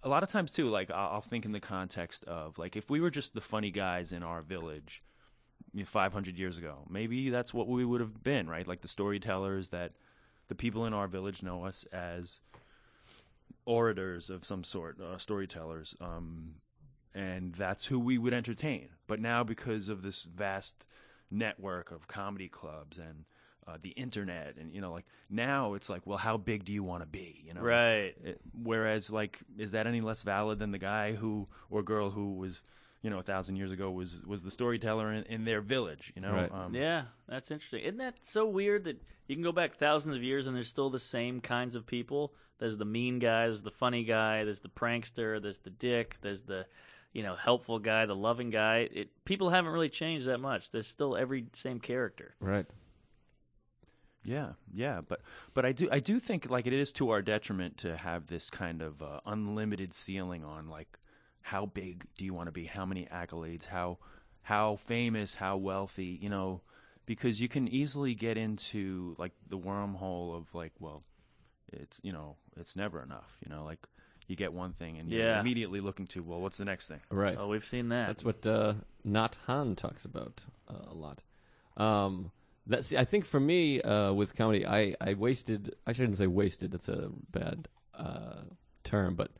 E: a lot of times too, like I'll, I'll think in the context of like if we were just the funny guys in our village you know, 500 years ago, maybe that's what we would have been, right? Like the storytellers that the people in our village know us as orators of some sort, uh, storytellers. Um, and that's who we would entertain. But now, because of this vast network of comedy clubs and uh, the internet, and you know, like now it's like, well, how big do you want to be? You know,
C: Right.
E: It- whereas, like, is that any less valid than the guy who or girl who was, you know, a thousand years ago was was the storyteller in, in their village? You know,
B: Right.
E: um,
C: Yeah, that's interesting. Isn't that so weird that you can go back thousands of years and there's still the same kinds of people? There's the mean guy, there's the funny guy, there's the prankster, there's the dick, there's the you know helpful guy, the loving guy. It, people haven't really changed that much. There's still every same character.
B: Right.
E: Yeah, yeah, but but I do I do think like it is to our detriment to have this kind of uh, unlimited ceiling on like how big do you want to be, how many accolades, how how famous, how wealthy, you know, because you can easily get into like the wormhole of like well, it's you know it's never enough, you know, like you get one thing and you're
C: Yeah.
E: immediately looking to well, what's the next thing?
B: Right.
C: Oh, we've seen that.
B: That's what uh, Nat Han talks about uh, a lot. Um, that, see, I think for me uh, with comedy, I, I wasted. I shouldn't say wasted. That's a bad uh, term, but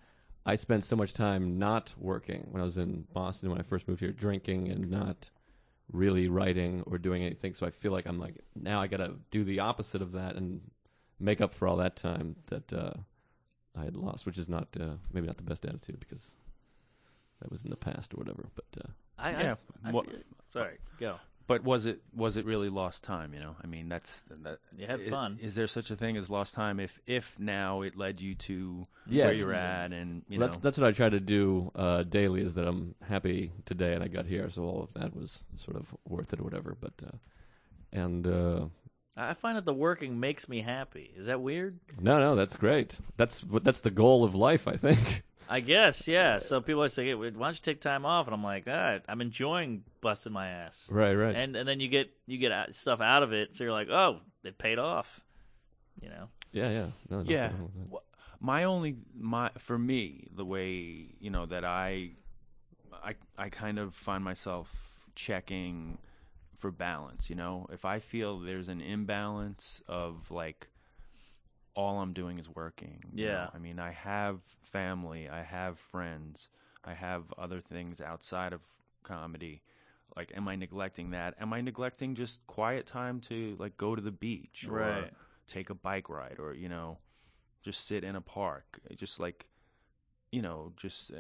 B: I spent so much time not working when I was in Boston when I first moved here, drinking and not really writing or doing anything. So I feel like I'm like now I got to do the opposite of that and make up for all that time that uh, I had lost, which is not uh, maybe not the best attitude because that was in the past or whatever. But uh,
C: I, I-
E: Yeah,
C: I
E: what-
C: feel- sorry, go.
E: But was it was it really lost time? You know, I mean, that's that,
C: You have
E: i-
C: fun.
E: Is there such a thing as lost time? If if now it led you to
B: Yeah,
E: where
B: it's-
E: you're at, and you
B: that's
E: know,
B: that's what I try to do uh, daily. Is that I'm happy today and I got here, so all of that was sort of worth it or whatever. But uh, and uh,
C: I I find that the working makes me happy. Is that weird?
B: no, no, that's great. That's what that's the goal of life, I think.
C: I guess, yeah. So people always say, hey, "Why don't you take time off?" And I'm like, ah, I'm enjoying busting my ass.
B: right, right.
C: and and then you get you get out- stuff out of it, so you're like, oh, it paid off, you know.
B: yeah, yeah, no, nothing
E: yeah.
B: wrong with that.
E: Wha- My only my for me the way you know that I I I kind of find myself checking for balance. You know, if I feel there's an imbalance of like all I'm doing is working. you
C: Yeah.
E: know? I mean, I have family, I have friends, I have other things outside of comedy. Like, am I neglecting that? Am I neglecting just quiet time to like go to the beach or
C: Right.
E: take a bike ride or you know just sit in a park? Just like you know, just uh,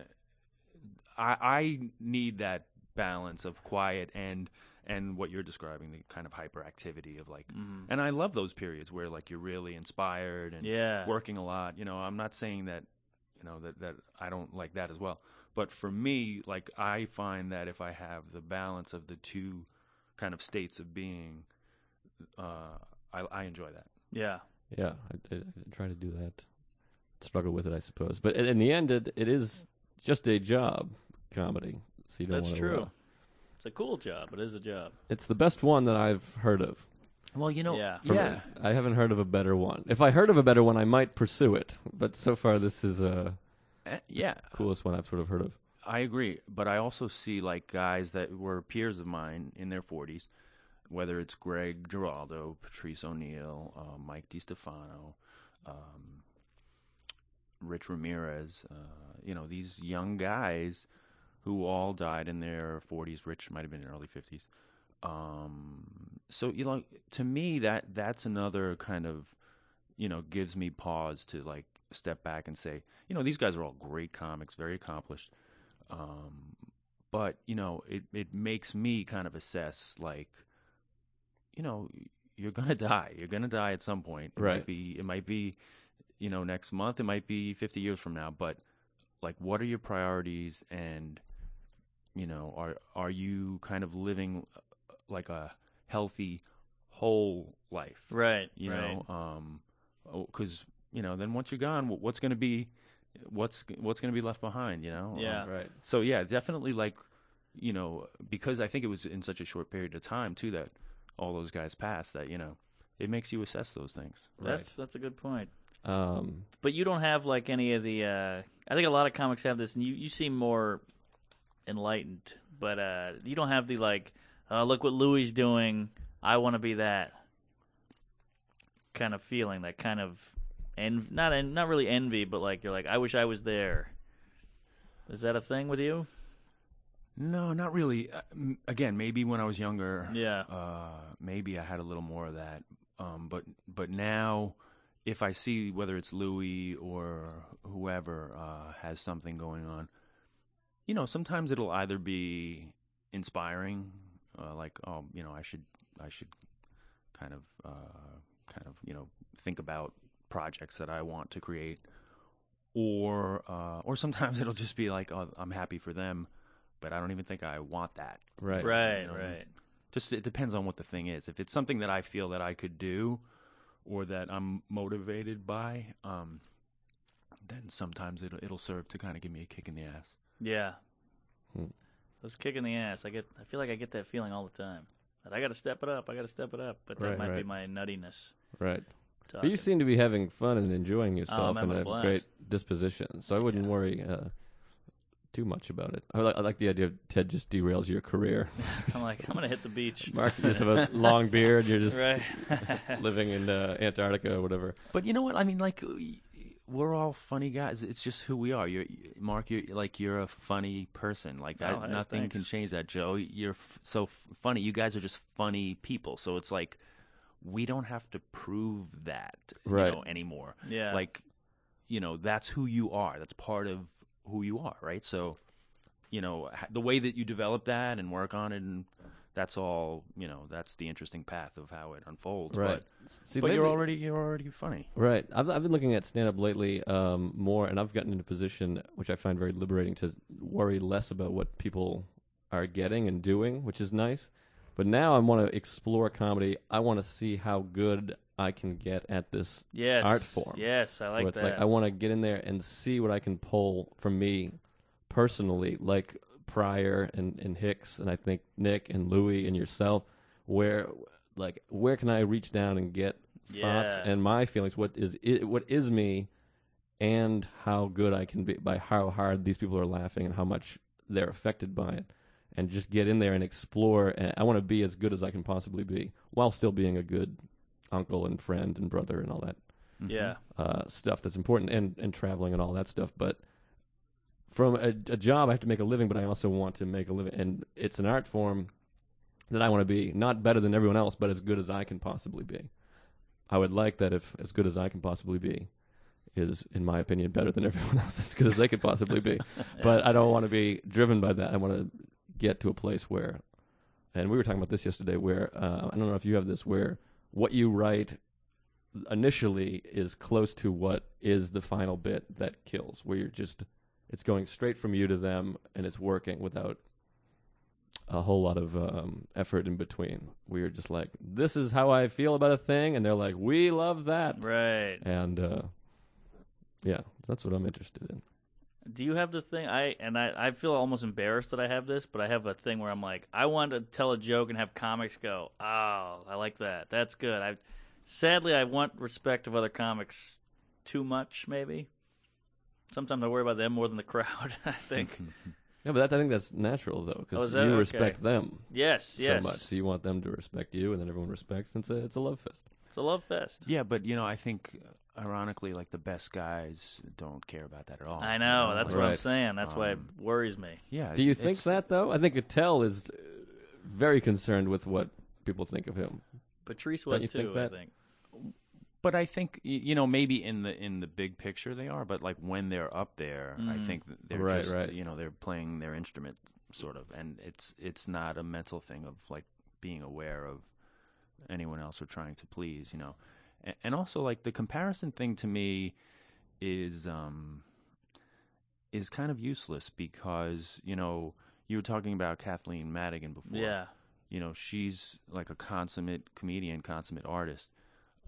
E: I I need that balance of quiet and and what you're describing the kind of hyperactivity of like and I love those periods where like you're really inspired and
C: Yeah.
E: working a lot. You know, I'm not saying that you know that that I don't like that as well. But for me, like I find that if I have the balance of the two kind of states of being, uh, I, I enjoy that.
C: Yeah.
B: Yeah, I, I, I try to do that. Struggle with it, I suppose. But in, in the end, it, it is just a job, comedy. So you don't
C: That's
B: wanna,
C: true.
B: uh,
C: It's a cool job. It is a job.
B: it's the best one that I've heard of.
E: Well, you know,
C: Yeah.
B: for me. I haven't heard of a better one. If I heard of a better one, I might pursue it. But so far, this is uh,
E: Eh, yeah.
B: coolest one I've sort of heard of.
E: I agree, but I also see like guys that were peers of mine in their 40s, whether it's Greg Giraldo, Patrice O'Neill, uh, Mike DiStefano, um, Rich Ramirez, uh, you know, these young guys who all died in their 40s. Rich might have been in early 50s. Um, so you know, to me that that's another kind of you know, gives me pause to like step back and say, you know, these guys are all great comics, very accomplished. Um, but, you know, it, it makes me kind of assess like, you know, you're gonna die. You're gonna die at some point. It
B: Right.
E: Might be it might be, you know, next month, it might be fifty years from now, but like what are your priorities and you know, are are you kind of living uh, like a healthy, whole life?
C: Right.
E: you
C: right.
E: know um because you know then once you're gone wh- what's going to be what's what's going to be left behind you know Um,
C: Yeah.
B: Right.
E: so yeah definitely like you know because i think it was in such a short period of time too that all those guys passed that you know it makes you assess those things
C: That's that's a good point.
B: right. Um,
C: But you don't have like any of the. Uh, I think a lot of comics have this, and you you seem more enlightened. But uh, you don't have the like, uh, look what Louis doing. I want to be that kind of feeling. That kind of and not en- not really envy, but like you're like, I wish I was there. Is that a thing with you?
E: no not really Uh, m- again maybe when i was younger
C: Yeah.
E: uh, maybe I had a little more of that. Um, but but now, if I see whether it's Louis or whoever uh, has something going on, you know, sometimes it'll either be inspiring, uh, like oh, you know, I should I should kind of uh, kind of you know think about projects that I want to create, or uh, or sometimes it'll just be like oh, I'm happy for them, but I don't even think I want that
B: right.
C: Um,
E: you know, just it depends on what the thing is. If it's something that I feel that I could do or that I'm motivated by, um, then sometimes it'll it'll serve to kind of give me a kick in the ass.
C: Yeah.
B: Hmm.
C: Those kick in the ass. I get. I feel like I get that feeling all the time. That I got to step it up. I got to step it up. But that
B: Right,
C: might be
B: right.
C: my nuttiness.
B: Right. But
C: Talking.
B: you seem to be having fun and enjoying yourself and
C: I'm having a
B: a
C: blast.
B: great disposition. So I wouldn't worry uh, too much about it. I like, I like the idea of Ted just derails your career.
C: I'm like, I'm gonna hit the beach.
B: Mark, you just have a long beard. You're just
C: right.
B: living in uh, Antarctica or whatever.
E: But you know what? I mean, like y- we're all funny guys. It's just who we are. You're Mark. You're like you're a funny person. Like that,
C: Oh, hey,
E: nothing can
C: thanks.
E: change that. Joe, you're f- so f- funny. You guys are just funny people. So it's like we don't have to prove that you
B: Right.
E: know, anymore.
C: yeah.
E: like you know that's who you are that's part of who you are right so you know h- the way that you develop that and work on it and that's all you know that's the interesting path of how it unfolds
B: Right. See,
E: but, but you're
B: lately-
E: already you're already funny
B: Right. I've, I've been looking at stand up lately um, more, and I've gotten in a position which I find very liberating to worry less about what people are getting and doing, which is nice. But now I want to explore comedy. I want to see how good I can get at this
C: yes.
B: art form.
C: Yes, I like
B: where it's
C: that.
B: like I want to get in there and see what I can pull from me personally, like Pryor and, and Hicks, and I think Nick and Louie and yourself. Where, like, where can I reach down and get thoughts
C: Yeah.
B: and my feelings? What is it, what is me, and how good I can be by how hard these people are laughing and how much they're affected by it. And just get in there and explore. And I want to be as good as I can possibly be, while still being a good uncle and friend and brother and all that
C: yeah.
B: uh, stuff that's important and, and traveling and all that stuff. But from a, a job, I have to make a living, but I also want to make a living. And it's an art form that I want to be not better than everyone else, but as good as I can possibly be. I would like that if as good as I can possibly be is, in my opinion, better than everyone else, as good as they could possibly be. But I don't want to be driven by that. I want to get to a place where, and we were talking about this yesterday, where uh, I don't know if you have this, where what you write initially is close to what is the final bit that kills, where you're just it's going straight from you to them and it's working without a whole lot of um, effort in between. Where you're just like, this is how I feel about a thing, and they're like, we love that,
C: Right.
B: and uh, yeah, that's what I'm interested in.
C: Do you have the thing? I and I, I feel almost embarrassed that I have this, but I have a thing where I'm like, I want to tell a joke and have comics go, "Oh, I like that. That's good." I sadly I want respect of other comics too much, maybe. Sometimes I worry about them more than the crowd. I think.
B: Yeah, but that, I think that's natural though,
C: Oh,
B: because
C: is
B: you
C: that okay?
B: respect them
C: yes, yes.
B: so much, so you want them to respect you, and then everyone respects. And it's a, it's a love fest.
C: It's a love fest.
E: yeah but you know i think ironically like the best guys don't care about that at all
C: I know.
E: You
C: That's
E: like,
C: what I'm
B: Right.
C: saying. That's why it
E: Um,
C: worries me.
E: yeah
B: Do you think
E: it's-
B: that though? I think Attell is uh, very concerned with what people think of him.
C: Patrice was
B: you
C: too.
B: think
C: I
B: that-
C: think.
E: But I think y- you know maybe in the in the big picture they are, but like when they're up there, I think that they're
B: Mm. Right,
E: just
B: right.
E: you know they're playing their instrument sort of, and it's it's not a mental thing of like being aware of anyone else or trying to please, you know, and, and also like the comparison thing to me is um is kind of useless because you know you were talking about Kathleen Madigan before,
C: Yeah.
E: you know she's like a consummate comedian consummate artist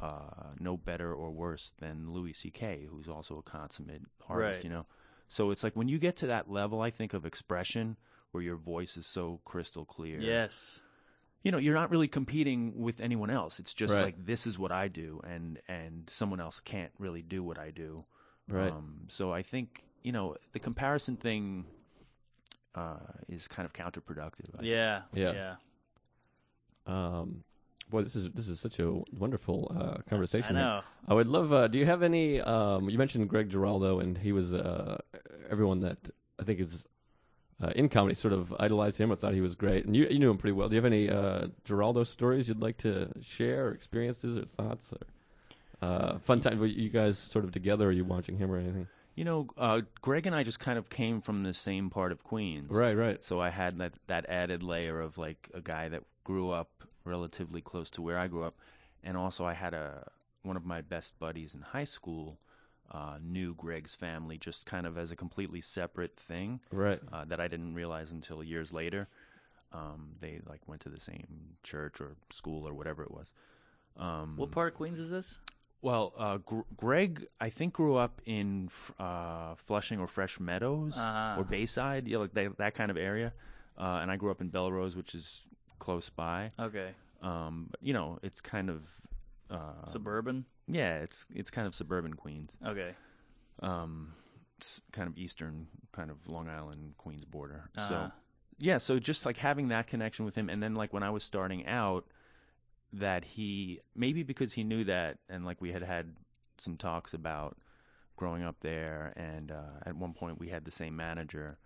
E: uh, no better or worse than louis ck who's also a consummate artist
C: Right.
E: you know so it's like when you get to that level i think of expression where your voice is so crystal clear
C: Yes.
E: you know you're not really competing with anyone else it's just
B: Right.
E: like this is what i do and and someone else can't really do what i do
B: Right.
E: um, so i think you know the comparison thing uh, is kind of counterproductive I
C: Yeah.
B: Yeah.
C: Yeah.
B: Um, boy, this is this is such a wonderful uh,
C: I
B: conversation.
C: know.
B: I would love. Uh, do you have any? Um, you mentioned Greg Giraldo, and he was uh, everyone that I think is uh, in comedy sort of idolized him or thought he was great, and you you knew him pretty well. Do you have any uh, Giraldo stories you'd like to share, or experiences, or thoughts, or uh, fun time? Were you guys sort of together? Or are you watching him or anything?
E: You know, uh, Greg and I just kind of came from the same part of Queens.
B: Right, right.
E: So I had that, that added layer of like a guy that grew up relatively close to where I grew up. And also, I had a one of my best buddies in high school uh, knew Greg's family just kind of as a completely separate thing
B: Right.
E: uh, that I didn't realize until years later. Um, they like went to the same church or school or whatever it was. Um,
C: What part of Queens is this?
E: well, uh, Gr- Greg, I think grew up in f- uh, Flushing or Fresh Meadows
C: Uh-huh.
E: or Bayside, you know, like that, that kind of area. Uh, and I grew up in Belrose, which is close by.
C: Okay.
E: Um, but, you know, it's kind of uh,
B: Um,
C: Suburban.
E: yeah, it's it's kind of suburban Queens,
C: Okay.
E: um, it's kind of eastern, kind of Long Island Queens border.
C: Uh-huh.
E: So yeah, so just like having that connection with him, and then like when I was starting out, that he maybe because he knew that, and like we had had some talks about growing up there, and uh, at one point we had the same manager.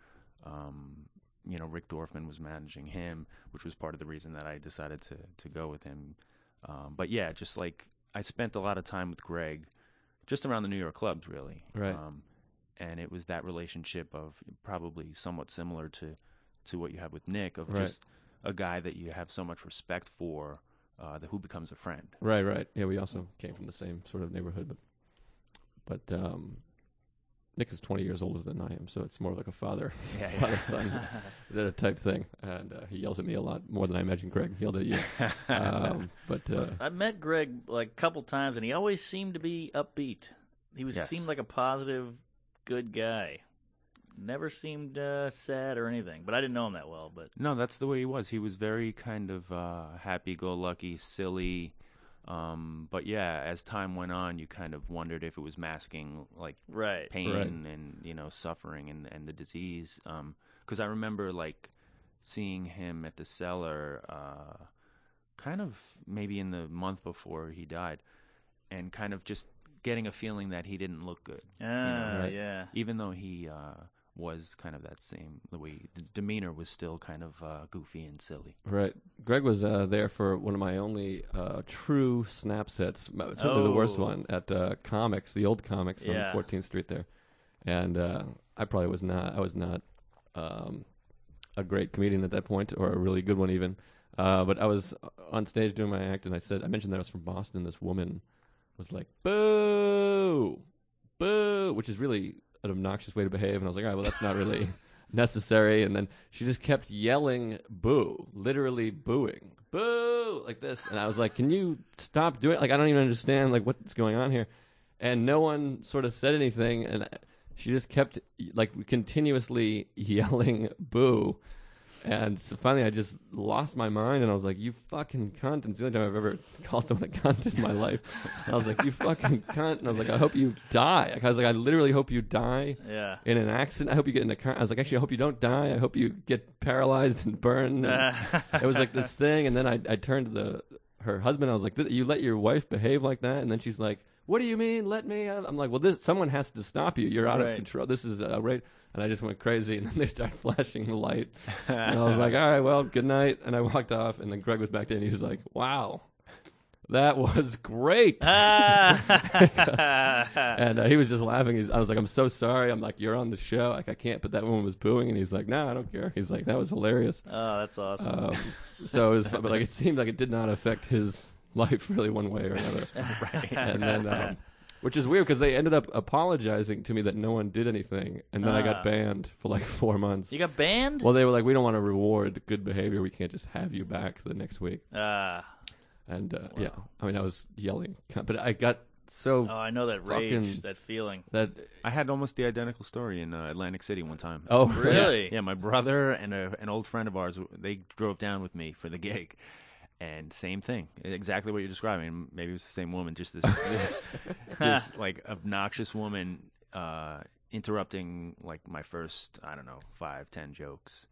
E: Um, you know, Rick Dorfman was managing him, which was part of the reason that I decided to to go with him. Um, but yeah, just like I spent a lot of time with Greg, just around the New York clubs, really.
B: Right.
E: Um, and it was that relationship of probably somewhat similar to to what you have with Nick of
B: Right.
E: just a guy that you have so much respect for uh, that who becomes a friend.
B: Right, right. Yeah, we also came from the same sort of neighborhood, but but um, Nick is twenty years older than I am, so it's more like a father,
E: Yeah, yeah.
B: father son uh, type thing. And uh, he yells at me a lot more than I imagine Greg yelled at you. um, but uh,
C: I met Greg like a couple times, and he always seemed to be upbeat. He was
E: Yes.
C: seemed like a positive, good guy. Never seemed uh, sad or anything. But I didn't know him that well. But
E: No, that's the way he was. He was very kind of uh, happy-go-lucky, silly. Um, but yeah, as time went on, you kind of wondered if it was masking like
C: right,
E: pain
B: Right.
E: and you know suffering and, and the disease because i remember like seeing him at the cellar uh, kind of maybe in the month before he died and kind of just getting a feeling that he didn't look good
C: ah,
B: right.
C: yeah,
E: even though he uh, was kind of that same the way the demeanor was still kind of uh, goofy and silly
B: right, Greg was uh, there for one of my only uh, true snap sets, m- certainly the worst
C: Oh.
B: one at uh, Comics, the old Comics
C: Yeah.
B: on Fourteenth Street there, and uh, I probably was not. I was not. Um, a great comedian at that point, or a really good one even. Uh, but I was on stage doing my act, and I said, I mentioned that I was from Boston. This woman was like, "Boo, boo," which is really an obnoxious way to behave. And I was like, "All right, well, that's not really necessary." And then she just kept yelling, "Boo," literally booing, "Boo," like this. And I was like, "Can you stop doing? Like, I don't even understand like what's going on here." And no one sort of said anything, and she just kept like continuously yelling "boo." And so finally, I just lost my mind, and I was like, "You fucking cunt!" And it's the only time I've ever called someone a cunt in my life. I was like, "You fucking cunt!" And I was like, "I hope you die." Like, I was like, "I literally hope you die
C: yeah.
B: in an accident. I hope you get in a car." I was like, "Actually, I hope you don't die. I hope you get paralyzed and burned." And
C: Uh.
B: it was like this thing, and then I, I turned to the her husband. I was like, "Th- "You let your wife behave like that?" And then she's like, "What do you mean? Let me?" I'm like, "Well, this someone has to stop you. You're out of
C: Right.
B: control. This is uh, right." And I just went crazy, and then they started flashing the light, and I was like, "All right, well, good night." And I walked off, and then Greg was back there, and he was like, "Wow." That was great.
C: Ah.
B: and uh, he was just laughing. He's, I was like, I'm so sorry. I'm like, you're on the show. Like, I can't. But that woman was booing, and he's like, No, I don't care. He's like, that was hilarious.
C: oh, that's awesome.
B: Um, so it was, fun, but like, it seemed like it did not affect his life really one way or another. Uh, And then, um, which is weird because they ended up apologizing to me that no one did anything, and then I
C: Ah.
B: got banned for like four months.
C: you got banned?
B: Well, they were like, we don't want to reward good behavior. We can't just have you back the next week.
C: Ah.
B: And uh, yeah, I mean, I was yelling, but I got so
C: oh, I know that rage,
B: Fucking-
C: that feeling.
B: that.
E: I had almost the identical story in uh, Atlantic City one time.
B: Oh,
C: Really?
E: Yeah, my brother and a, an old friend of ours, they drove down with me for the gig. And same thing, e, exactly what you're describing. Maybe it was the same woman, just this this, this like obnoxious woman uh, interrupting like my first, I don't know, five, ten jokes.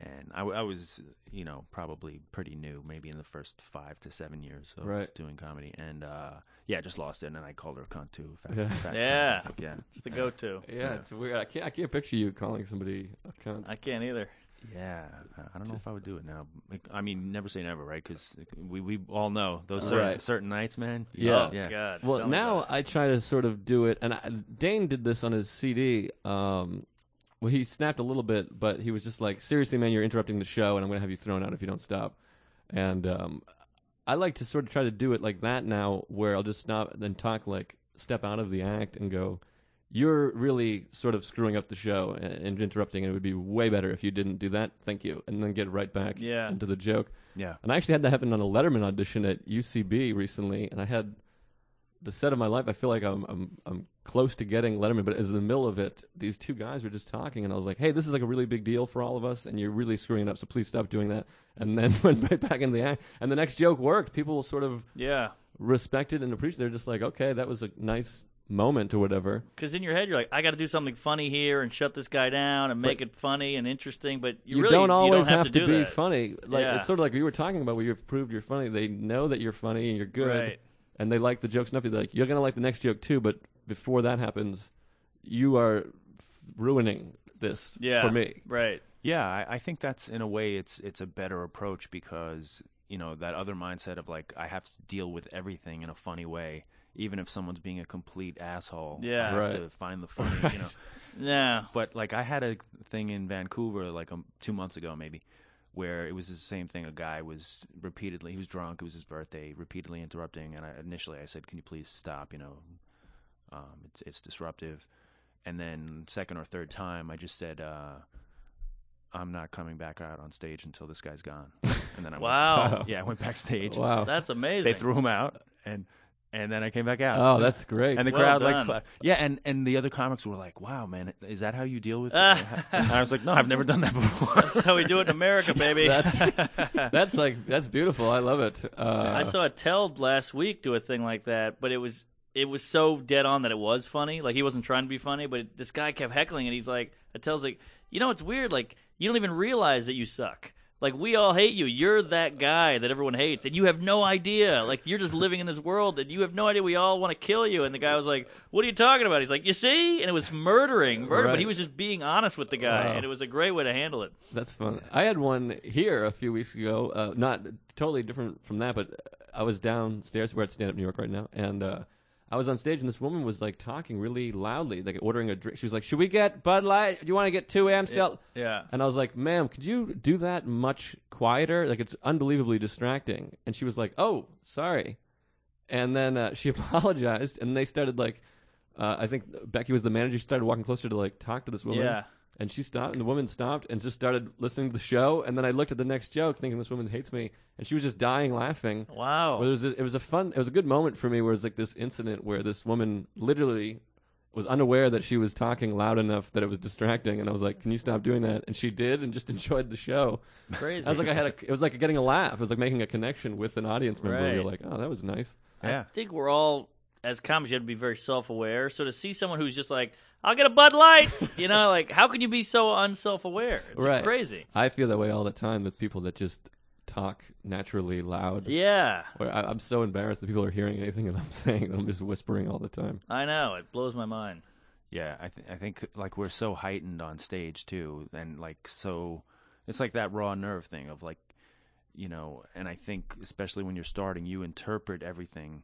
E: And I, w- I was, you know, probably pretty new, maybe in the first five to seven years of
B: Right.
E: doing comedy. And uh, yeah, I just lost it. And then I called her a cunt too. Fat,
B: Yeah.
E: fat cunt,
C: Yeah.
E: like, yeah.
C: It's the go to.
B: Yeah, it's weird. I can't. I can't picture you calling somebody a cunt.
C: I can't either.
E: Yeah, I- I don't know if I would do it now. Like, I mean, never say never, right? Because we we all know those certain,
B: Right.
E: certain nights, man.
B: Yeah.
C: Oh,
E: yeah.
C: God.
B: well,
C: Tell me
B: now
C: about
B: I try to sort of do it, and I, Dane did this on his CD. Um, well, he snapped a little bit, but he was just like, "Seriously, man, you're interrupting the show, and I'm going to have you thrown out if you don't stop." And um, I like to sort of try to do it like that now, where I'll just stop and then talk, like step out of the act and go, "You're really sort of screwing up the show and, and interrupting, and it would be way better if you didn't do that. Thank you." And then get right back
C: Yeah.
B: into the joke.
E: Yeah.
B: And I actually had that happen on a Letterman audition at UCB recently, and I had the set of my life. I feel like I'm I'm I'm close to getting Letterman, but as in the middle of it, these two guys were just talking, and I was like, "Hey, this is like a really big deal for all of us, and you're really screwing it up. So please stop doing that." And then went right back into the act, and the next joke worked. People sort of
C: that. Yeah.
B: respected and appreciated. They're just like, "Okay, that was a nice moment or whatever."
C: Because in your head, you're like, I got to do something funny here and shut this guy down and make it funny and interesting. But you, really
B: don't always
C: you don't have, to, do
B: be
C: that.
B: funny. Like
C: Yeah.
B: it's sort of like we were talking about where you've proved you're funny. They know that you're funny and you're good,
C: Right.
B: and they like the jokes enough. They're like, you're gonna like the next joke too. But before that happens, you are f- ruining this
C: Yeah.
B: for me.
C: Right.
E: Yeah, I, I think that's in a way it's it's a better approach because you know that other mindset of like I have to deal with everything in a funny way, even if someone's being a complete asshole.
C: Yeah.
E: I have
B: Right.
E: to find the funny, you know.
C: Yeah.
E: But like I had a thing in Vancouver like um, two months ago maybe, where it was the same thing. A guy was repeatedly he was drunk. It was his birthday. Repeatedly interrupting, and I, initially I said, "Can you please stop?" You know, um, it's it's disruptive. And then second or third time, I just said, uh, "I'm not coming back out on stage until this guy's gone." And then I
C: Wow.
E: went, yeah, I went backstage.
B: Wow.
C: That's amazing.
E: They threw him out, and and then I came back out.
B: oh, that's great.
E: And the
C: Well
E: crowd
C: done.
E: like clapped. Yeah, and and the other comics were like, "Wow, man, is that how you deal with?" it?" and I was like, "No, I've never done that before."
C: That's how we do it in America, baby.
B: that's, that's like that's beautiful. I love it. Uh,
C: I saw a Teld last week do a thing like that, but it was it was so dead on that it was funny. Like he wasn't trying to be funny, but this guy kept heckling, and he's like, Tell's like, you know, it's weird. Like you don't even realize that you suck. Like we all hate you. You're that guy that everyone hates, and you have no idea. Like you're just living in this world, and you have no idea. We all want to kill you. And the guy was like, "What are you talking about?" He's like, "You see," and it was murdering, murder. But
B: Right.
C: he was just being honest with the guy,
B: Wow.
C: and it was a great way to handle it.
B: That's fun. I had one here a few weeks ago. Uh, not totally different from that, but I was downstairs. We're at Stand Up New York right now, and uh, I was on stage, and this woman was like talking really loudly, like ordering a drink. She was like, "Should we get Bud Light? Do you want to get two Amstel?"
C: Yeah.
B: And I was like, "Ma'am, could you do that much quieter? Like it's unbelievably distracting." And she was like, "Oh, sorry." And then uh, she apologized, and they started like, uh, I think Becky was the manager. She started walking closer to like talk to this woman.
C: Yeah.
B: And she stopped, and the woman stopped and just started listening to the show. And then I looked at the next joke, thinking this woman hates me, and she was just dying laughing.
C: Wow.
B: But it was a, it was a fun, it was a good moment for me, where it's like this incident where this woman literally was unaware that she was talking loud enough that it was distracting, and I was like, "Can you stop doing that?" And she did, and just enjoyed the show.
C: Crazy.
B: I was like, I had a, it was like getting a laugh. It was like making a connection with an audience member. where You're like,
C: Right.
B: "Oh, that was nice."
E: yeah,
C: I think we're all as comics you have to be very self-aware so to see someone who's just like i'll get a bud light you know like how can you be so unself-aware it's
B: Right.
C: crazy
B: I feel that way all the time with people that just talk naturally loud.
C: yeah
B: Where I, I'm so embarrassed that people are hearing anything that I'm saying that I'm just whispering all the time.
C: i know it blows my mind
E: yeah. I th- I think like we're so heightened on stage too, and like so, it's like that raw nerve thing of like you know, and I think especially when you're starting, you interpret everything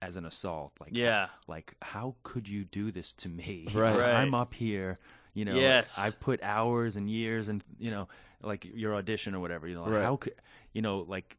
E: as an assault. Like,
C: Yeah.
E: like how could you do this to me?
B: Right.
C: Right.
E: I'm up here, you know.
C: Yes.
E: I put hours and years and you know, like your audition or whatever. You know, like,
B: Right.
E: how could you know, like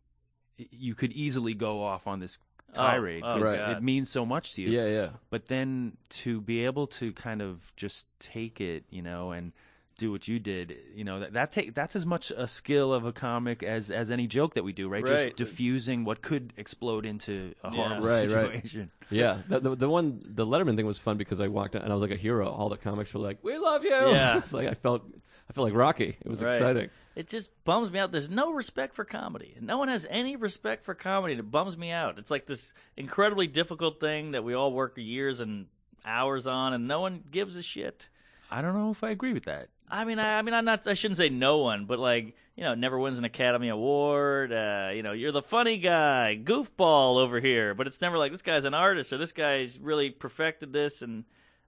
E: y- you could easily go off on this
C: Oh,
E: tirade
C: oh,
E: 'cause
C: God.
E: it means so much to you
B: Yeah, yeah.
E: but then to be able to kind of just take it you know and do what you did you know that, that take that's as much a skill of a comic as as any joke that we do right,
C: Right.
E: just diffusing what could explode into a horrible
B: Right, right.
E: situation
B: Yeah, the, the the one the Letterman thing was fun because I walked out and I was like a hero. All the comics were like, "We love you."
C: Yeah.
B: it's like I felt I felt like Rocky. It was
C: Right.
B: exciting.
C: It just bums me out. There's no respect for comedy. No one has any respect for comedy. and It bums me out. It's like this incredibly difficult thing that we all work years and hours on, and no one gives a shit.
E: i don't know if i agree with that
C: I mean, I, I mean, I'm not. I shouldn't say no one, but like, you know, never wins an Academy Award. Uh, you know, you're the funny guy, goofball over here, but it's never like this guy's an artist or this guy's really perfected this. And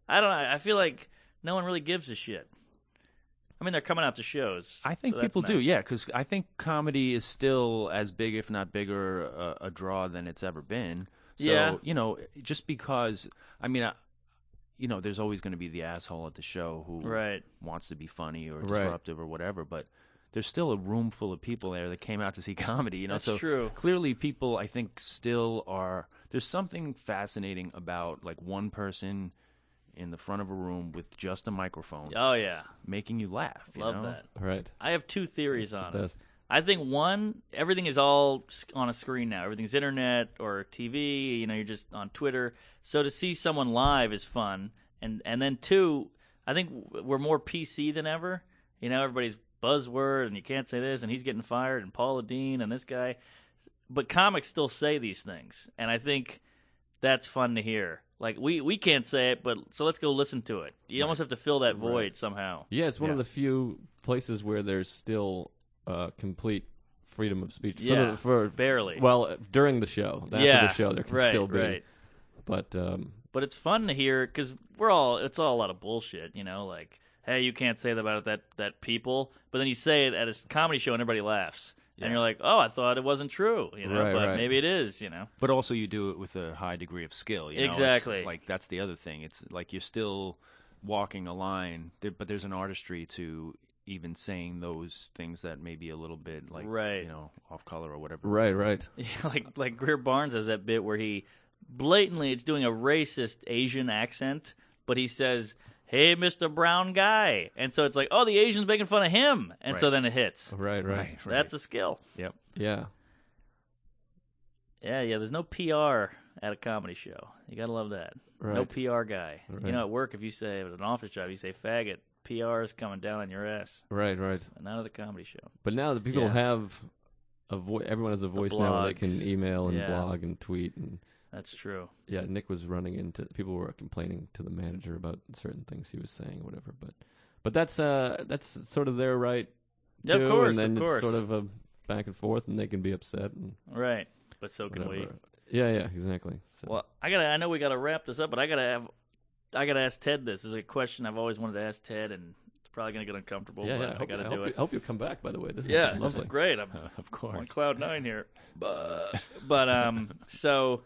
C: I don't know. I feel like no one really gives a shit. I mean, they're coming out to shows.
E: i think
C: so that's
E: people do
C: nice.
E: yeah because i think comedy is still as big if not bigger a, a draw than it's ever been so
C: Yeah.
E: you know just because i mean I, you know there's always going to be the asshole at the show who
C: Right.
E: wants to be funny or
B: Right.
E: disruptive or whatever, but there's still a room full of people there that came out to see comedy, you know.
C: That's
E: so
C: true.
E: clearly people I think still are there's something fascinating about like one person in the front of a room with just a microphone
C: Oh yeah,
E: making you laugh. you
C: love
E: know?
C: that.
B: Right.
C: I have two theories on it.
B: Best.
C: I think one, everything is all s- on a screen now. Everything's internet or TV. You know, you're just on Twitter. So to see someone live is fun. And and then two, I think w- we're more PC than ever. You know, everybody's buzzword, and you can't say this, and he's getting fired, and Paula Dean, and this guy. But comics still say these things, and I think that's fun to hear. Like we we can't say it, but so let's go listen to it. You almost have to fill that void somehow.
B: Yeah, it's one of
E: Yeah.
B: the few places where there's still uh, complete freedom of speech. For
C: Yeah,
B: the, for
C: barely.
B: Well, during the show, after
C: yeah,
B: the show, there can
C: right,
B: still be.
C: Right.
B: But um,
C: but it's fun to hear because we're all it's all a lot of bullshit you know like hey you can't say that about that that people but then you say it at a s- comedy show and everybody laughs and
E: Yeah.
C: you're like oh i thought it wasn't true you know
B: Right,
C: but
B: right.
C: maybe it is you know
E: But also you do it with a high degree of skill, you know? It's
C: Exactly.
E: like that's the other thing. It's like you're still walking a line, there, but there's an artistry to even saying those things that may be a little bit like
C: Right.
E: you know off color or whatever.
B: right, right.
C: like like greer barnes has that bit where he blatantly it's doing a racist asian accent but he says hey mr brown guy and so it's like oh the asians making fun of him and so
E: Right.
C: then it hits
B: Right, right,
C: that's a skill
E: yep.
B: Yeah,
C: yeah yeah there's no pr at a comedy show you gotta love that
B: right.
C: No PR guy. You
B: Right.
C: know, at work, if you say at an office job, you say faggot. PR is coming down on your ass.
B: Right, right.
C: But Not at a comedy show.
B: But now the people
E: Yeah.
B: have a vo- everyone has a voice now where they
C: blogs.
B: can email and
C: Yeah.
B: blog and tweet and
C: That's true.
B: yeah, Nick was running into people were complaining to the manager about certain things he was saying, or whatever. But but that's uh that's sort of their right
C: Yeah, of
B: too,
C: course, of
B: and then it's
C: course.
B: sort of a back and forth, and they can be upset and
C: Right. But so can
B: whatever.
C: we.
B: Yeah, yeah, exactly. So,
C: Well, I gotta. I know we gotta wrap this up, but I gotta have. I gotta ask Ted this. This is a question I've always wanted to ask Ted, and it's probably gonna get uncomfortable.
B: yeah,
C: but
B: yeah. I
C: I
B: hope,
C: gotta
B: I
C: do
B: hope
C: it.
B: You, hope you come back. By the way, this
C: yeah,
B: is
C: this is
B: lovely.
C: great. I'm
E: Of
C: on
E: course.
C: cloud nine here. but um, so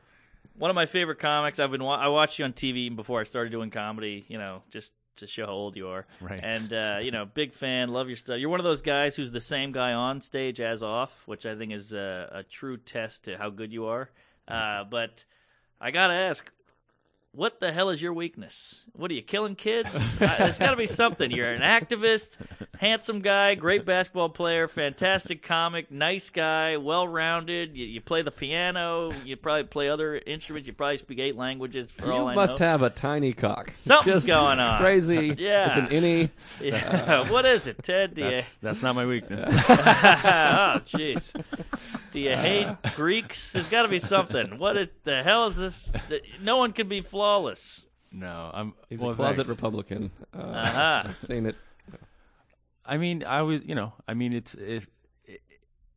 C: one of my favorite comics. I've been wa- I watched you on TV even before I started doing comedy. You know, just to show how old you are.
E: Right.
C: And uh, you know, big fan. Love your stuff. You're one of those guys who's the same guy on stage as off, which I think is a, a true test to how good you are. Uh, but I gotta ask. What the hell is your weakness? What are you killing kids? I, there's got to be something. You're an activist, handsome guy, great basketball player, fantastic comic, nice guy, well rounded. You, you play the piano. You probably play other instruments. You probably speak eight languages. For
B: You
C: all I
B: must
C: know.
B: have a tiny cock.
C: Something's
B: Just
C: going on.
B: Crazy.
C: Yeah.
B: It's an innie.
C: Yeah. what is it, Ted? Do you,
E: That's, that's not my weakness.
C: oh, jeez. Do you hate
B: Uh.
C: Greeks? There's got to be something. What it, the hell is this? The- No one can be flawless.
E: no, I'm
B: He's
E: well,
B: a closet
E: thanks.
B: Republican. Uh,
C: Uh-huh.
B: I've seen it.
E: I mean, I was, you know, I mean, it's if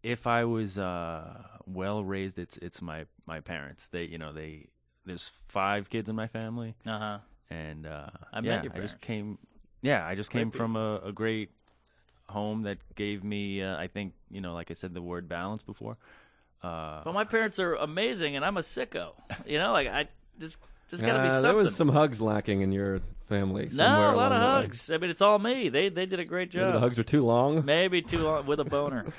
E: if I was uh, well raised, it's it's my my parents. They, you know, they there's five kids in my family,
C: Uh huh.
E: and uh,
C: I
E: yeah,
C: met your
E: I just
C: parents.
E: came. Yeah, I just came
B: Great
E: from a, a great home that gave me, uh, I think, you know, like I said, the word balance before. Uh,
C: But my parents are amazing, and I'm a sicko. You know, like I this there's got to be
B: Uh,
C: something.
B: there was some hugs lacking in your family. somewhere
C: no, a
B: along
C: lot of
B: the way.
C: hugs. I mean, it's all me. They they did a great
B: Maybe the
C: job.
B: hugs are too long.
C: Maybe too long with a boner.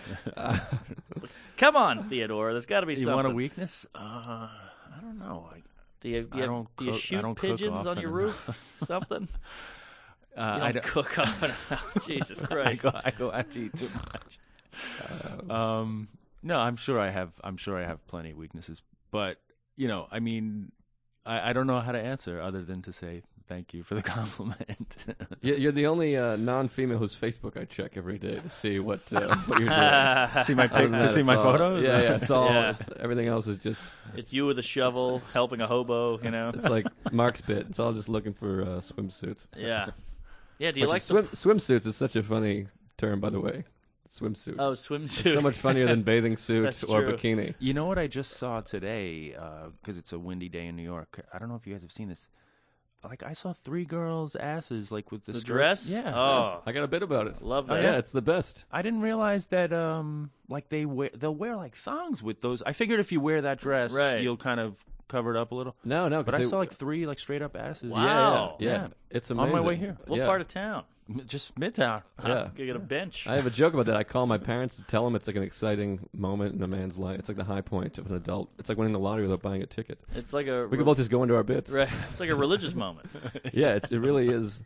C: Come on, Theodore. There's got to be
E: you
C: something.
E: want a weakness? Uh, I don't know. I,
C: Do you, do
E: I
C: you,
E: don't
C: do you
E: cook- I
C: shoot
E: don't cook
C: pigeons on
E: often
C: your roof? Something? You
E: uh, I
C: don't,
E: don't-
C: cook often enough. Jesus
E: I
C: Christ.
E: go, I go out to eat too much. um, no, I'm sure I have. I'm sure I have plenty of weaknesses, but you know, I mean, I, I don't know how to answer other than to say thank you for the compliment.
B: You- You're the only uh, non-female whose Facebook I check every day to see what, uh, what you're doing.
C: Ah,
E: see my pic,
B: Other than
E: to
B: that,
E: see
B: it's
E: my
B: all-
E: photos.
B: Yeah, yeah. It's all.
C: Yeah.
B: it's- everything else is just.
C: it's you with a shovel helping a hobo, you know?
B: It's like Mark's bit. It's all just looking for uh, swimsuits.
C: Yeah. Yeah, do you
B: Which
C: like
B: is-
C: the...
B: swim, swimsuits? Is such a funny term, by the way. Swimsuit.
C: Oh, swimsuit.
B: so much funnier than bathing suit
C: That's
B: or
C: true.
B: bikini.
E: You know what I just saw today? Because it's a windy day in New York. I don't know if you guys have seen this. Like I saw three girls' asses, like with the,
C: The
E: skirts-
C: dress?
E: Yeah.
C: Oh,
B: I got a bit about it.
C: love
B: Oh,
C: that.
B: yeah, it's the best.
E: I didn't realize that um like they wear they'll wear like thongs with those. I figured if you wear that dress,
C: Right.
E: you'll kind of cover it up a little.
B: No, no. 'cause
E: But I
B: they-
E: saw like three like straight up asses.
B: Yeah,
C: Wow.
B: Yeah, yeah.
E: Yeah.
B: It's
E: my
B: amazing.
E: way here.
C: What
B: yeah.
C: part of town?
E: Yeah. Just
B: Yeah.
E: midtown.
C: I'm gonna get a bench.
B: I have a joke about that. I call my parents to tell them it's like an exciting moment in a man's life. It's like the high point of an adult. It's like winning the lottery without buying a ticket.
C: It's like a...
B: We can both just go into our bits.
C: Right. It's like a religious moment. Uh,
B: Yeah, it, it really is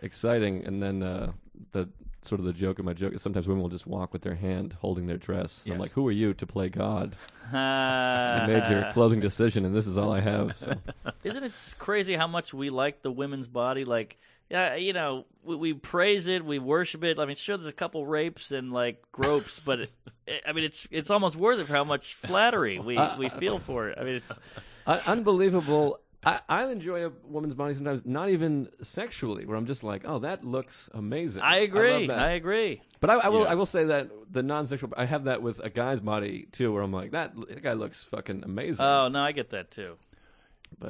B: exciting. And then uh, the sort of the joke of my joke is sometimes women will just walk with their hand holding their dress. I'm
E: Yes.
B: like, who are you to play God? You
C: Ah.
B: made your clothing decision, and this is all I have. So.
C: Isn't it s- crazy how much we like the women's body? Like, yeah, you know, we, we praise it, we worship it. I mean, sure, there's a couple rapes and like gropes, but it, I mean, it's it's almost worth it for how much flattery we, we feel for it. I mean, it's
B: Un- unbelievable. I, I enjoy a woman's body sometimes, not even sexually, where I'm just like, oh, that looks amazing.
C: I
B: love
C: agree,
B: that.
C: I, agree.
B: But I, I will
E: Yeah.
B: I will say that the non-sexual I have that with a guy's body too, where I'm like that, that guy looks fucking amazing.
C: Oh no, I get that too.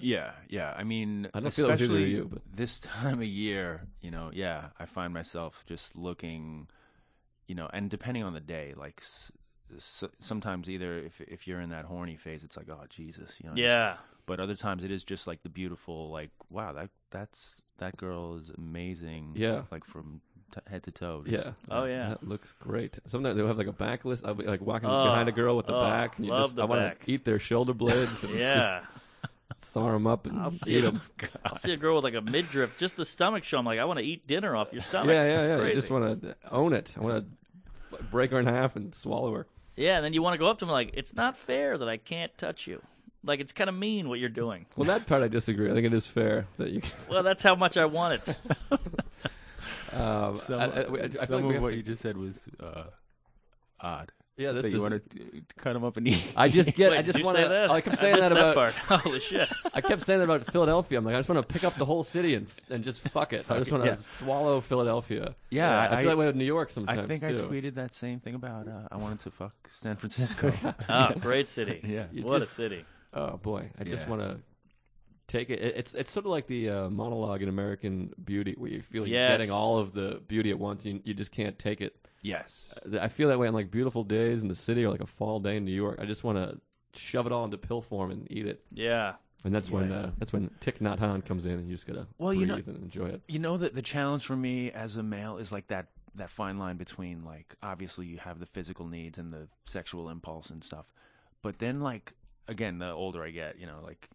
E: Yeah, yeah. I mean,
B: I don't feel that with either
E: especially
B: of you, but-
E: this time of year, you know, yeah, I find myself just looking, you know, and depending on the day, like s- s- sometimes either if if you're in that horny phase, it's like, oh Jesus, you know. just-
C: Yeah,
E: but other times it is just like the beautiful, like wow, that that's that girl is amazing.
B: Yeah.
E: like from t- head to toe. just-
B: yeah.
C: Oh, yeah.
B: That looks great. Sometimes they'll have like a backlist. I'll be like walking
C: Oh,
B: behind a girl with the
C: oh,
B: back, and you
C: love
B: just
C: the
B: I want
C: back.
B: to eat their shoulder blades. And
C: yeah.
B: Just saw them up and
C: I'll
B: eat
C: see.
B: 'em.
C: I'll see a girl with like a midriff, just the stomach show. I'm like, I want to eat dinner off your stomach.
B: Yeah, yeah,
C: It's
B: yeah. I
C: crazy.
B: just want to own it. I want to break her in half and swallow her.
C: Yeah, and then you want to go up to him like, it's not fair that I can't touch you. Like it's kind of mean what you're doing.
B: Well, that part I disagree. I think it is fair that you.
C: Well, that's how much I want it.
B: Um,
E: Some,
B: I, I, I, I feel
E: some
B: like we
E: of
B: have
E: what
B: to-
E: you just said was uh, odd.
B: yeah, this
E: that
B: is.
E: you want to cut them up and eat.
B: I just get.
C: Wait,
B: I
C: did
B: just
C: you
B: want
C: say that?
B: to. I kept saying
C: missed
B: that about.
C: part. Holy shit!
B: I kept saying that about Philadelphia. I'm like, I just want to pick up the whole city and and just fuck it. I just want to
E: yeah.
B: swallow Philadelphia.
E: Yeah,
B: I,
E: I-
B: feel that way with New York
E: I
B: sometimes
E: think
B: too.
E: I tweeted that same thing about uh, I wanted to fuck San Francisco.
C: Oh, great city.
E: Yeah.
B: You
C: what
B: just-
C: a city.
B: Oh boy, I just
E: Yeah.
B: want to take it. it- It's it's sort of like the uh, monologue in American Beauty, where you feel you're
C: Yes.
B: getting all of the beauty at once. You you just can't take it.
E: yes.
B: I feel that way on like beautiful days in the city or like a fall day in New York. I just want to shove it all into pill form and eat it.
C: Yeah.
B: And that's when uh, that's when Thich Nhat Hanh comes in, and you just gotta
E: Well,
B: breathe
E: you know-
B: and enjoy it.
E: You know that the challenge for me as a male is like that that fine line between like obviously you have the physical needs and the sexual impulse and stuff, but then like again the older I get, you know, like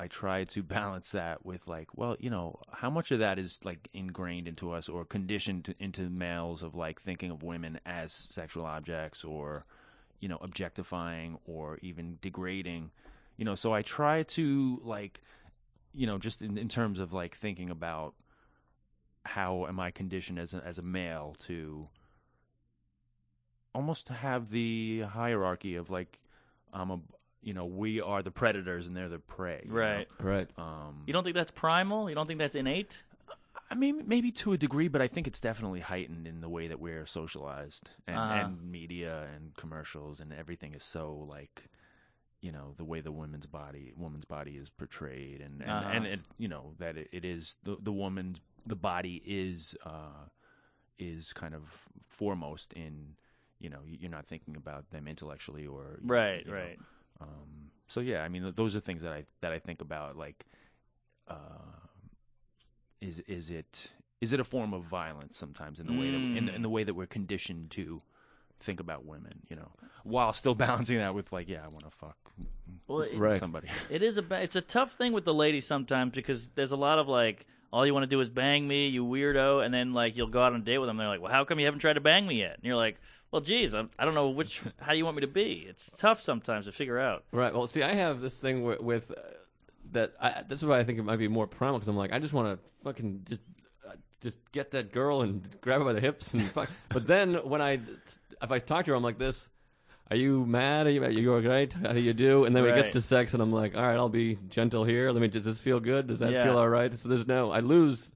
E: I try to balance that with like well, you know, how much of that is like ingrained into us or conditioned to, into males of like thinking of women as sexual objects or you know objectifying or even degrading you know so i try to like you know just in, in terms of like thinking about how am I conditioned as a, as a male to almost to have the hierarchy of like I'm a you know we are the predators and they're the prey, you know?
C: Right.
B: Right.
E: Um,
C: You don't think that's primal? You don't think that's innate?
E: I mean, maybe to a degree, but I think it's definitely heightened in the way that we're socialized and,
C: Uh-huh.
E: and media and commercials and everything is so like, you know, the way the women's body woman's body is portrayed and and,
C: Uh-huh.
E: and it, you know that it, it is the the woman's the body is uh, is kind of foremost in you know you're not thinking about them intellectually or you-
C: Right,
E: you know,
C: right.
E: um, so yeah, I mean, th- those are things that I that I think about. Like, uh, is is it is it a form of violence sometimes in the way that in, the- in
C: Mm.
E: the way that we're conditioned to think about women, you know, while still balancing that with like, yeah, I want to fuck
C: Well, it-
B: Right.
E: somebody.
C: It is a ba- it's a tough thing with the ladies sometimes because there's a lot of like all you want to do is bang me, you weirdo, and then like you'll go out on a date with them. They're like, well, how come you haven't tried to bang me yet? And you're like, well, geez, I'm, I don't know which how you want me to be. It's tough sometimes to figure out.
B: Right. Well, see, I have this thing with, with uh, that. I, that's why I think it might be more primal because I'm like, I just want to fucking just uh, just get that girl and grab her by the hips and fuck. but then when I if I talk to her, I'm like this. Are you mad? Are you, are you alright? How do you do? And then when it
C: Right.
B: gets to sex, and I'm like, all right, I'll be gentle here. Let me. Does this feel good? Does that
C: Yeah.
B: feel all right? So there's no. I lose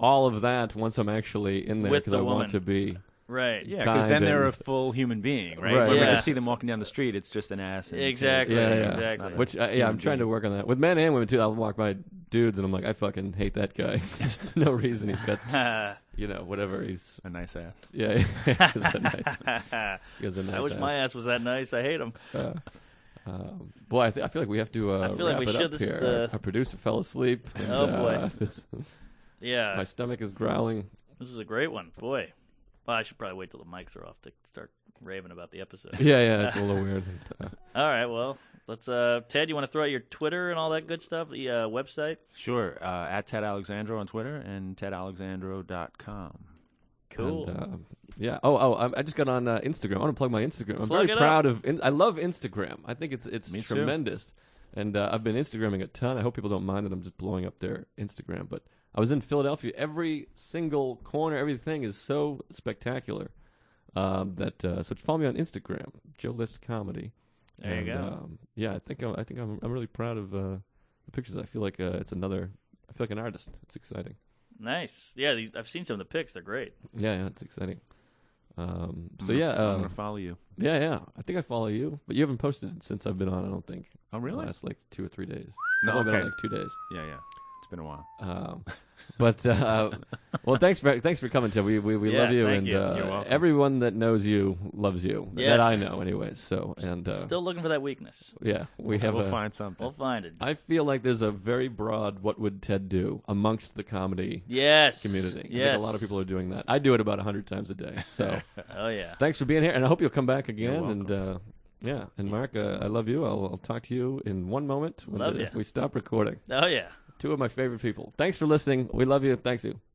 B: all of that once I'm actually in there
C: With
B: because
C: the
B: I
C: woman.
B: want to be.
C: Right.
E: Yeah, because then
B: Kind
E: they're a
B: and-
E: full human being, right?
B: Right.
E: When we
C: Yeah.
E: just see them walking down the street, it's just an ass. And
C: Exactly.
B: Yeah, yeah.
C: Exactly.
E: Not a-
B: Which uh, yeah, I'm trying to work on that with men and women too. I'll walk by dudes and I'm like, I fucking hate that guy. There's no reason he's got you know whatever he's
E: a nice ass.
B: yeah. he's a nice, he has a
C: I
B: nice
C: wish
B: ass.
C: my ass was that nice. I hate them.
B: Uh, um, boy, I, th- I feel like we have to uh,
C: I feel like
B: wrap
C: we
B: it
C: should.
B: up
C: This is
B: here.
C: the-
B: Our producer fell asleep. and,
C: Oh, boy.
B: uh, this-
C: Yeah.
B: my stomach is growling.
C: This is a great one, boy. Well, I should probably wait till the mics are off to start raving about the episode.
B: Yeah, yeah, it's a little weird. Uh,
C: All right, well, let's. Uh, Ted, you want to throw out your Twitter and all that good stuff, the uh, website?
E: Sure. Uh, at Ted Alexandro on Twitter and tedalexandro.com.
C: Cool.
B: And, um, yeah. Oh, oh. I, I just got on uh, Instagram. I want to plug my Instagram. I'm
C: Plug it
B: very proud of. In, I love Instagram. I think it's it's
E: Me too.
B: tremendous. And uh, I've been Instagramming a ton. I hope people don't mind that I'm just blowing up their Instagram. But I was in Philadelphia. Every single corner, everything is so spectacular. Um, that uh, so follow me on Instagram, Joe List Comedy.
C: There you
B: And,
C: go.
B: Um, yeah, I think I'm, I think I'm, I'm really proud of uh, the pictures. I feel like uh, it's another. I feel like an artist. It's exciting.
C: Nice. Yeah, the- I've seen some of the pics. They're great.
B: Yeah, yeah, it's exciting. Um, so
E: I'm gonna-
B: yeah,
E: I'm
B: um,
E: gonna follow you.
B: yeah, yeah. I think I follow you, but you haven't posted since I've been on. I don't think.
E: Oh,
B: The
E: really?
B: last like two or three days.
C: Oh,
E: No,
B: uh, Well, been on,
E: okay.
B: like two days.
E: Yeah, yeah. It's been a while.
B: Um, but uh, well, thanks for thanks for coming, Tim. We we, we
C: Yeah,
B: love you,
C: thank
B: and
C: you. You're
B: Uh,
E: welcome.
B: everyone that knows you loves you.
C: Yes.
B: That I know, anyways. So and uh,
C: Still looking for that weakness.
B: yeah, we have.
E: we'll
B: a-
E: find something.
C: We'll find it.
B: I feel like there's a very broad "What would Ted do?" amongst the comedy
C: Yes.
B: community. I
C: Yes.
B: think a lot of people are doing that. I do it about hundred times a day. So.
C: Oh yeah.
B: thanks for being here, and I hope you'll come back again.
E: You're
B: And uh, yeah, and Mark, uh, I love you. I'll, I'll talk to you in one moment when
C: Love
B: the-
C: ya.
B: we stop recording.
C: Oh yeah.
B: Two of my favorite people. Thanks for listening. We love you. Thanks you.